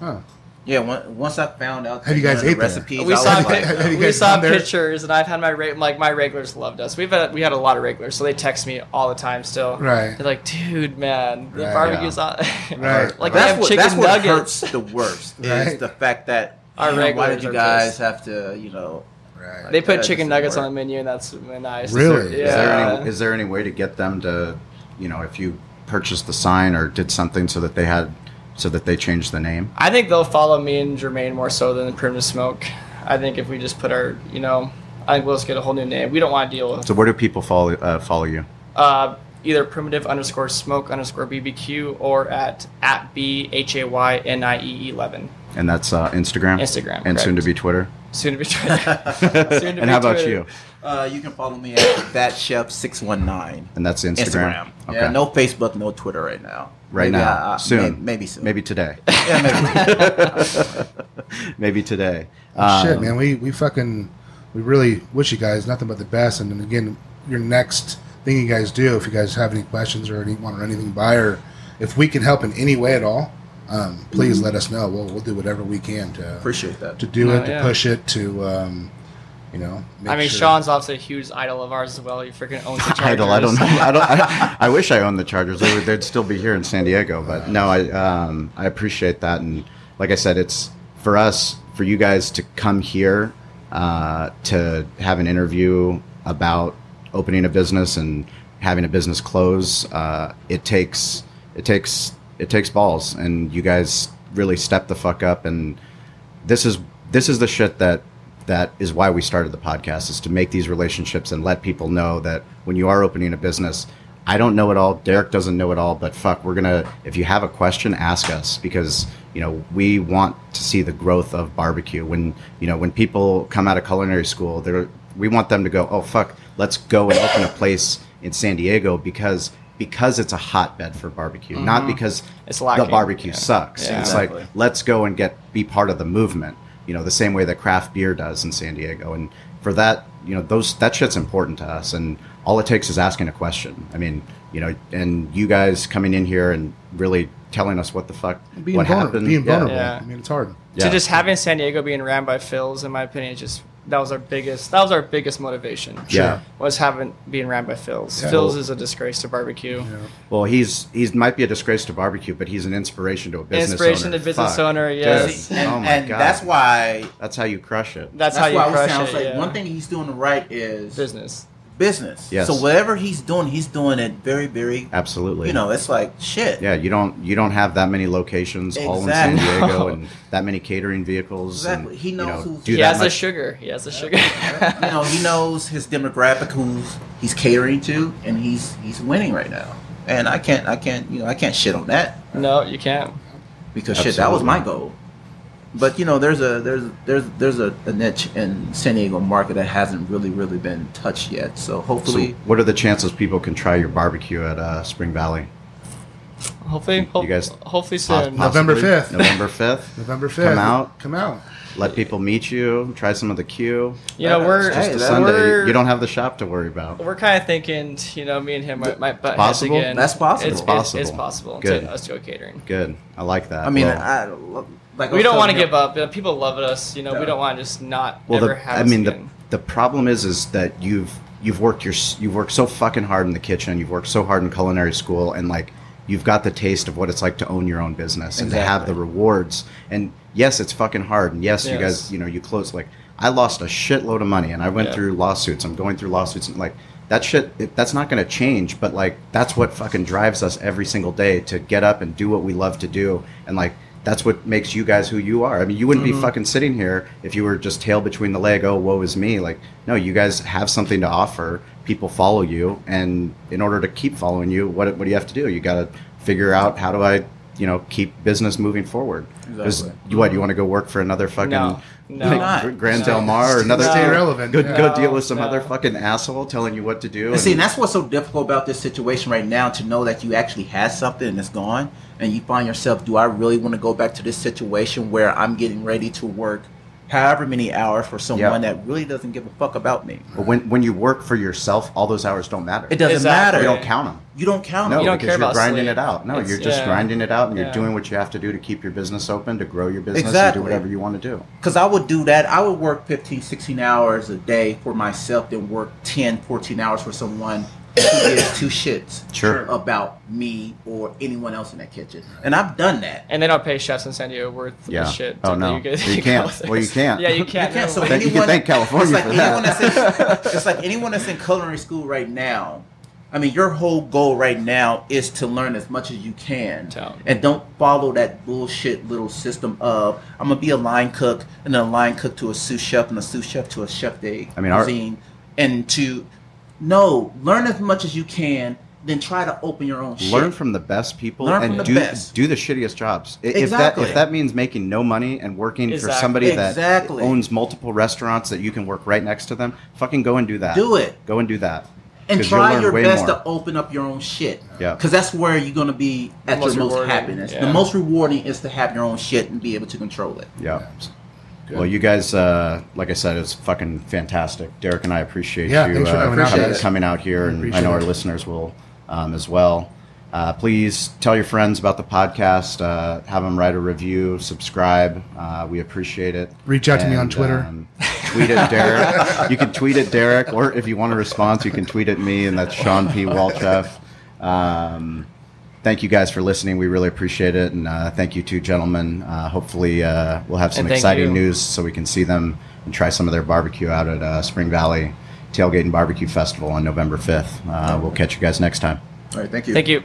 [SPEAKER 3] Huh.
[SPEAKER 5] yeah on- once i found out
[SPEAKER 3] Have you guys
[SPEAKER 5] the
[SPEAKER 3] ate there?
[SPEAKER 5] recipes
[SPEAKER 4] We
[SPEAKER 5] I was
[SPEAKER 4] saw
[SPEAKER 5] like,
[SPEAKER 4] pic-
[SPEAKER 3] Have you
[SPEAKER 4] we
[SPEAKER 3] guys
[SPEAKER 4] saw
[SPEAKER 3] gone there?
[SPEAKER 4] pictures, and I've had my re- like my regulars loved us. We've had, we had a lot of regulars, so they text me all the time still.
[SPEAKER 3] Right.
[SPEAKER 4] They're like, dude, man, the
[SPEAKER 3] Right.
[SPEAKER 4] barbecue's on.
[SPEAKER 3] Right.
[SPEAKER 4] Like I
[SPEAKER 5] that's
[SPEAKER 4] have
[SPEAKER 5] what,
[SPEAKER 4] chicken
[SPEAKER 5] that's what
[SPEAKER 4] nuggets.
[SPEAKER 5] hurts the worst
[SPEAKER 3] Right.
[SPEAKER 5] is the fact that
[SPEAKER 4] Our
[SPEAKER 5] you know, why
[SPEAKER 4] regulars
[SPEAKER 5] did you
[SPEAKER 4] are
[SPEAKER 5] guys
[SPEAKER 4] pissed.
[SPEAKER 5] have to you know
[SPEAKER 3] Right.
[SPEAKER 4] They put
[SPEAKER 5] That
[SPEAKER 4] chicken
[SPEAKER 5] doesn't
[SPEAKER 4] nuggets
[SPEAKER 5] work.
[SPEAKER 4] on the menu, and that's nice.
[SPEAKER 3] Really?
[SPEAKER 4] Yeah.
[SPEAKER 2] Is, there any, is there any way to get them to, you know, if you purchased the sign or did something so that they had, so that they changed the name?
[SPEAKER 4] I think they'll follow me and Jermaine more so than Primitive Smoke. I think if we just put our, you know, I think we'll just get a whole new name. We don't want to deal with
[SPEAKER 2] So where do people follow uh, follow you?
[SPEAKER 4] uh, either primitive underscore smoke underscore BBQ or at at B H A Y N I E 11.
[SPEAKER 2] And that's uh, Instagram,
[SPEAKER 4] Instagram,
[SPEAKER 2] and soon to
[SPEAKER 4] correct.
[SPEAKER 2] be Twitter.
[SPEAKER 4] Soon to be Twitter. Soon
[SPEAKER 2] and
[SPEAKER 4] to be
[SPEAKER 2] how about
[SPEAKER 4] Twitter.
[SPEAKER 2] you?
[SPEAKER 5] uh, you can follow me at that chef 619
[SPEAKER 2] And that's Instagram.
[SPEAKER 5] Instagram. Yeah, no Facebook, no Twitter right now.
[SPEAKER 2] right
[SPEAKER 5] Maybe
[SPEAKER 2] now,
[SPEAKER 5] I- I-
[SPEAKER 2] soon,
[SPEAKER 5] may- maybe soon.
[SPEAKER 2] maybe today.
[SPEAKER 5] Yeah, maybe.
[SPEAKER 2] maybe today.
[SPEAKER 3] Oh, shit,
[SPEAKER 2] Um,
[SPEAKER 3] man, we we fucking we really wish you guys nothing but the best. And then again, your next thing you guys do, if you guys have any questions or any want to run anything by, or if we can help in any way at all, um, please
[SPEAKER 2] Mm-hmm.
[SPEAKER 3] let us know. We'll we'll do whatever we can to
[SPEAKER 5] Appreciate that.
[SPEAKER 3] to do
[SPEAKER 2] Oh,
[SPEAKER 4] No,
[SPEAKER 3] it, to
[SPEAKER 4] yeah.
[SPEAKER 3] push it, to um, you know. Make
[SPEAKER 4] I mean,
[SPEAKER 3] sure-
[SPEAKER 4] Sean's obviously a huge idol of ours as well. He freaking owns the Chargers.
[SPEAKER 2] Idol. I don't know. I don't. I, I wish I owned the Chargers. They would, they'd still be here in San Diego. But no, I um, I appreciate that. And like I said, it's for us, for you guys to come here uh, to have an interview about opening a business and having a business close. Uh, it takes it takes it takes balls, and you guys really step the fuck up and this is this is the shit that that is why we started the podcast is to make these relationships and let people know that when you are opening a business i don't know it all derek doesn't know it all but fuck we're gonna if you have a question ask us because you know we want to see the growth of barbecue when you know when people come out of culinary school they're we want them to go oh fuck let's go and open a place in san diego because because it's a hotbed for barbecue not because
[SPEAKER 4] Mm-hmm. It's
[SPEAKER 2] the
[SPEAKER 4] lacking,
[SPEAKER 2] barbecue
[SPEAKER 4] yeah.
[SPEAKER 2] sucks
[SPEAKER 4] Yeah.
[SPEAKER 2] it's
[SPEAKER 5] Exactly.
[SPEAKER 2] like let's go and get be part of the movement you know the same way that craft beer does in san diego and for that you know those that shit's important to us and all it takes is asking a question i mean you know and you guys coming in here and really telling us what the fuck
[SPEAKER 3] Being
[SPEAKER 2] what
[SPEAKER 3] vulnerable.
[SPEAKER 2] happened
[SPEAKER 3] Being
[SPEAKER 2] Yeah.
[SPEAKER 3] vulnerable.
[SPEAKER 4] Yeah.
[SPEAKER 3] I mean, it's hard.
[SPEAKER 2] Yeah.
[SPEAKER 4] to just having San Diego being ran by Phils, in my opinion, is just that was our biggest that was our biggest motivation.
[SPEAKER 2] Yeah.
[SPEAKER 4] was having being ran by Phils.
[SPEAKER 3] Yeah.
[SPEAKER 4] Phils is a disgrace to
[SPEAKER 3] You
[SPEAKER 4] barbecue.
[SPEAKER 3] know?
[SPEAKER 2] well he's he's might be a disgrace to barbecue but he's an inspiration to a business
[SPEAKER 4] Inspiration
[SPEAKER 2] owner.
[SPEAKER 4] to business
[SPEAKER 2] Fuck,
[SPEAKER 4] owner,
[SPEAKER 2] dude.
[SPEAKER 4] yes.
[SPEAKER 5] and,
[SPEAKER 2] oh my
[SPEAKER 5] and
[SPEAKER 2] god
[SPEAKER 5] that's why
[SPEAKER 2] that's how you crush it
[SPEAKER 4] That's,
[SPEAKER 5] that's,
[SPEAKER 4] how you
[SPEAKER 5] why it
[SPEAKER 4] crush
[SPEAKER 5] sounds
[SPEAKER 4] it.
[SPEAKER 5] like
[SPEAKER 4] yeah.
[SPEAKER 5] one thing he's doing right is
[SPEAKER 4] business.
[SPEAKER 5] business.
[SPEAKER 2] Yes.
[SPEAKER 5] So whatever he's doing, he's doing it very, very.
[SPEAKER 2] absolutely
[SPEAKER 5] You know, it's like shit.
[SPEAKER 2] Yeah, you don't you don't have that many locations all in San
[SPEAKER 5] Exactly.
[SPEAKER 2] Diego and that many catering vehicles. and,
[SPEAKER 5] Exactly. He
[SPEAKER 2] you
[SPEAKER 5] knows
[SPEAKER 2] know,
[SPEAKER 5] who's-
[SPEAKER 2] do
[SPEAKER 4] he
[SPEAKER 2] that
[SPEAKER 4] has the
[SPEAKER 2] much-
[SPEAKER 4] sugar. He has the sugar.
[SPEAKER 5] you know, he knows his demographic, who's he's catering to, and he's he's winning right now. And I can't, I can't, you know, I can't shit on that
[SPEAKER 4] no, you can't.
[SPEAKER 5] because shit, that was my
[SPEAKER 2] Absolutely.
[SPEAKER 5] goal. But you know, there's a there's there's there's a, a niche in San Diego market that hasn't really really been touched yet. So
[SPEAKER 2] So
[SPEAKER 5] hopefully,
[SPEAKER 2] what are the chances people can try your barbecue at uh, Spring Valley?
[SPEAKER 4] Hopefully, ho-
[SPEAKER 2] guys-
[SPEAKER 4] hopefully
[SPEAKER 2] Pos-
[SPEAKER 4] soon.
[SPEAKER 2] possibly
[SPEAKER 3] November 5th.
[SPEAKER 2] November fifth.
[SPEAKER 3] November 5th.
[SPEAKER 2] out.
[SPEAKER 3] Come out.
[SPEAKER 2] Let people meet you. Try some of the queue.
[SPEAKER 4] you know, we're
[SPEAKER 5] Just
[SPEAKER 2] It's a
[SPEAKER 5] that-
[SPEAKER 2] Sunday.
[SPEAKER 4] we're-
[SPEAKER 2] You don't have the shop to worry about.
[SPEAKER 4] we're kind of thinking, you know, me and him might, might butt
[SPEAKER 2] Possible?
[SPEAKER 4] heads again.
[SPEAKER 5] That's possible.
[SPEAKER 4] It's,
[SPEAKER 5] It's
[SPEAKER 4] possible. It's,
[SPEAKER 2] possible.
[SPEAKER 4] possible
[SPEAKER 2] Good.
[SPEAKER 4] to us to go catering.
[SPEAKER 2] Good. I like that.
[SPEAKER 5] I mean,
[SPEAKER 2] Well-
[SPEAKER 5] I, I like I
[SPEAKER 4] We
[SPEAKER 5] was
[SPEAKER 4] don't want to
[SPEAKER 5] telling him-
[SPEAKER 4] give up. uh, People love us. You know,
[SPEAKER 5] No.
[SPEAKER 4] we don't want to just not
[SPEAKER 2] well,
[SPEAKER 4] ever
[SPEAKER 2] the,
[SPEAKER 4] have.
[SPEAKER 2] I
[SPEAKER 4] us
[SPEAKER 2] mean, the,
[SPEAKER 4] again.
[SPEAKER 2] the problem is, is that you've you've worked your s- you've worked so fucking hard in the kitchen, you've worked so hard in culinary school, and like you've got the taste of what it's like to own your own business and to have
[SPEAKER 5] Exactly.
[SPEAKER 2] the rewards. And yes, it's fucking hard, and yes, you
[SPEAKER 4] Yes.
[SPEAKER 2] guys, you know, you close like I lost a shitload of money, and I went
[SPEAKER 4] Yeah.
[SPEAKER 2] through lawsuits. I'm going through lawsuits, and like that shit, it, that's not going to change. But like that's what fucking drives us every single day to get up and do what we love to do, and like that's what makes you guys who you are. I mean, you wouldn't be fucking sitting here if you were just tail between the leg. Oh, woe is me. Like, no, you guys have something to offer. People follow you, and in order to keep following you, what what do you have to do? You got to figure out how do I, you know, keep business moving forward. 'Cause
[SPEAKER 5] Exactly.
[SPEAKER 2] you- what you want to go work for another fucking
[SPEAKER 4] No. No.
[SPEAKER 2] like,
[SPEAKER 5] Not.
[SPEAKER 2] Grand
[SPEAKER 4] No.
[SPEAKER 2] Del Mar or another
[SPEAKER 3] Stay
[SPEAKER 4] No.
[SPEAKER 3] relevant.
[SPEAKER 2] Go,
[SPEAKER 3] yeah.
[SPEAKER 2] go deal with some
[SPEAKER 4] No.
[SPEAKER 2] other fucking asshole telling you what to do.
[SPEAKER 5] And see, and that's what's so difficult about this situation right now to know that you actually had something and it's gone, and you find yourself, do I really want to go back to this situation where I'm getting ready to work however many hours for someone that really doesn't give a fuck about me?
[SPEAKER 2] but when when you work for yourself, all those hours don't matter.
[SPEAKER 5] It doesn't
[SPEAKER 4] Exactly.
[SPEAKER 5] matter.
[SPEAKER 2] You don't count them.
[SPEAKER 5] You don't count.
[SPEAKER 2] No,
[SPEAKER 5] it.
[SPEAKER 4] You don't
[SPEAKER 2] because
[SPEAKER 4] care
[SPEAKER 2] you're
[SPEAKER 4] about
[SPEAKER 2] grinding
[SPEAKER 4] sleep.
[SPEAKER 2] it out. No,
[SPEAKER 4] It's-
[SPEAKER 2] you're just
[SPEAKER 4] yeah.
[SPEAKER 2] grinding it out, and
[SPEAKER 4] Yeah.
[SPEAKER 2] you're doing what you have to do to keep your business open, to grow your business,
[SPEAKER 5] Exactly.
[SPEAKER 2] and do whatever you want to do.
[SPEAKER 5] Because I would do that. I would work 15, 16 hours a day for myself, then work 10, 14 hours for someone who gives two shits
[SPEAKER 2] Sure.
[SPEAKER 5] about me or anyone else in that kitchen. And I've done that.
[SPEAKER 4] and they don't pay chefs in San Diego worth
[SPEAKER 2] Yeah.
[SPEAKER 4] the shit.
[SPEAKER 2] Oh,
[SPEAKER 4] that
[SPEAKER 2] no.
[SPEAKER 4] get-
[SPEAKER 2] You can't.
[SPEAKER 4] get-
[SPEAKER 2] Well, you can't.
[SPEAKER 4] Yeah, you
[SPEAKER 2] You
[SPEAKER 4] can't.
[SPEAKER 5] You can't, so
[SPEAKER 4] no,
[SPEAKER 2] Thank- you can
[SPEAKER 5] anyone-
[SPEAKER 2] thank California
[SPEAKER 5] it's like
[SPEAKER 2] for that.
[SPEAKER 5] anyone that's in, it's like anyone that's in culinary school right now. I mean, your whole goal right now is to learn as much as you can,
[SPEAKER 4] Tell.
[SPEAKER 5] and don't follow that bullshit little system of I'm gonna be a line cook and a line cook to a sous chef and a sous chef to a chef de
[SPEAKER 2] I mean, our-
[SPEAKER 5] cuisine, and to no learn as much as you can, then try to open your own. shit.
[SPEAKER 2] Learn from the best people
[SPEAKER 5] Learn from
[SPEAKER 2] and
[SPEAKER 5] the
[SPEAKER 2] do
[SPEAKER 5] best.
[SPEAKER 2] do the shittiest jobs. I-
[SPEAKER 5] Exactly.
[SPEAKER 2] If that if that means making no money and working
[SPEAKER 4] Exactly.
[SPEAKER 2] for somebody that
[SPEAKER 5] Exactly.
[SPEAKER 2] owns multiple restaurants that you can work right next to them, fucking go and do that.
[SPEAKER 5] Do it.
[SPEAKER 2] Go and do that.
[SPEAKER 5] and
[SPEAKER 2] 'Cause you'll
[SPEAKER 5] try
[SPEAKER 2] learn
[SPEAKER 5] your
[SPEAKER 2] way
[SPEAKER 5] best
[SPEAKER 2] more.
[SPEAKER 5] to open up your own shit.
[SPEAKER 2] Yeah.
[SPEAKER 5] Because that's where you're gonna be at
[SPEAKER 4] Most
[SPEAKER 5] your most
[SPEAKER 4] rewarding,
[SPEAKER 5] happiness.
[SPEAKER 4] yeah.
[SPEAKER 5] The most rewarding is to have your own shit and be able to control it.
[SPEAKER 2] Yeah.
[SPEAKER 3] Good.
[SPEAKER 2] Well, you guys, uh, like I said, it's fucking fantastic. Derek and I appreciate
[SPEAKER 3] Yeah,
[SPEAKER 2] you
[SPEAKER 3] thanks for
[SPEAKER 2] uh,
[SPEAKER 3] coming out.
[SPEAKER 2] coming,
[SPEAKER 5] Appreciate it.
[SPEAKER 2] coming out here, and I
[SPEAKER 3] Appreciate
[SPEAKER 2] know our
[SPEAKER 3] it.
[SPEAKER 2] listeners will um, as well. Uh, please tell your friends about the podcast. Uh, have them write a review, subscribe. Uh, we appreciate it.
[SPEAKER 3] Reach out to me on Twitter.
[SPEAKER 2] um, tweet at Derek. you can tweet at Derek, or if you want a response, you can tweet at me, and that's Sean P. Walchef. Um, thank you guys for listening. We really appreciate it, and uh, thank you two gentlemen. Uh, hopefully, uh, we'll have some
[SPEAKER 4] And thank
[SPEAKER 2] exciting
[SPEAKER 4] you.
[SPEAKER 2] news so we can see them and try some of their barbecue out at uh, Spring Valley Tailgate and Barbecue Festival on November fifth. Uh, we'll catch you guys next time.
[SPEAKER 5] All right, thank you.
[SPEAKER 4] Thank you.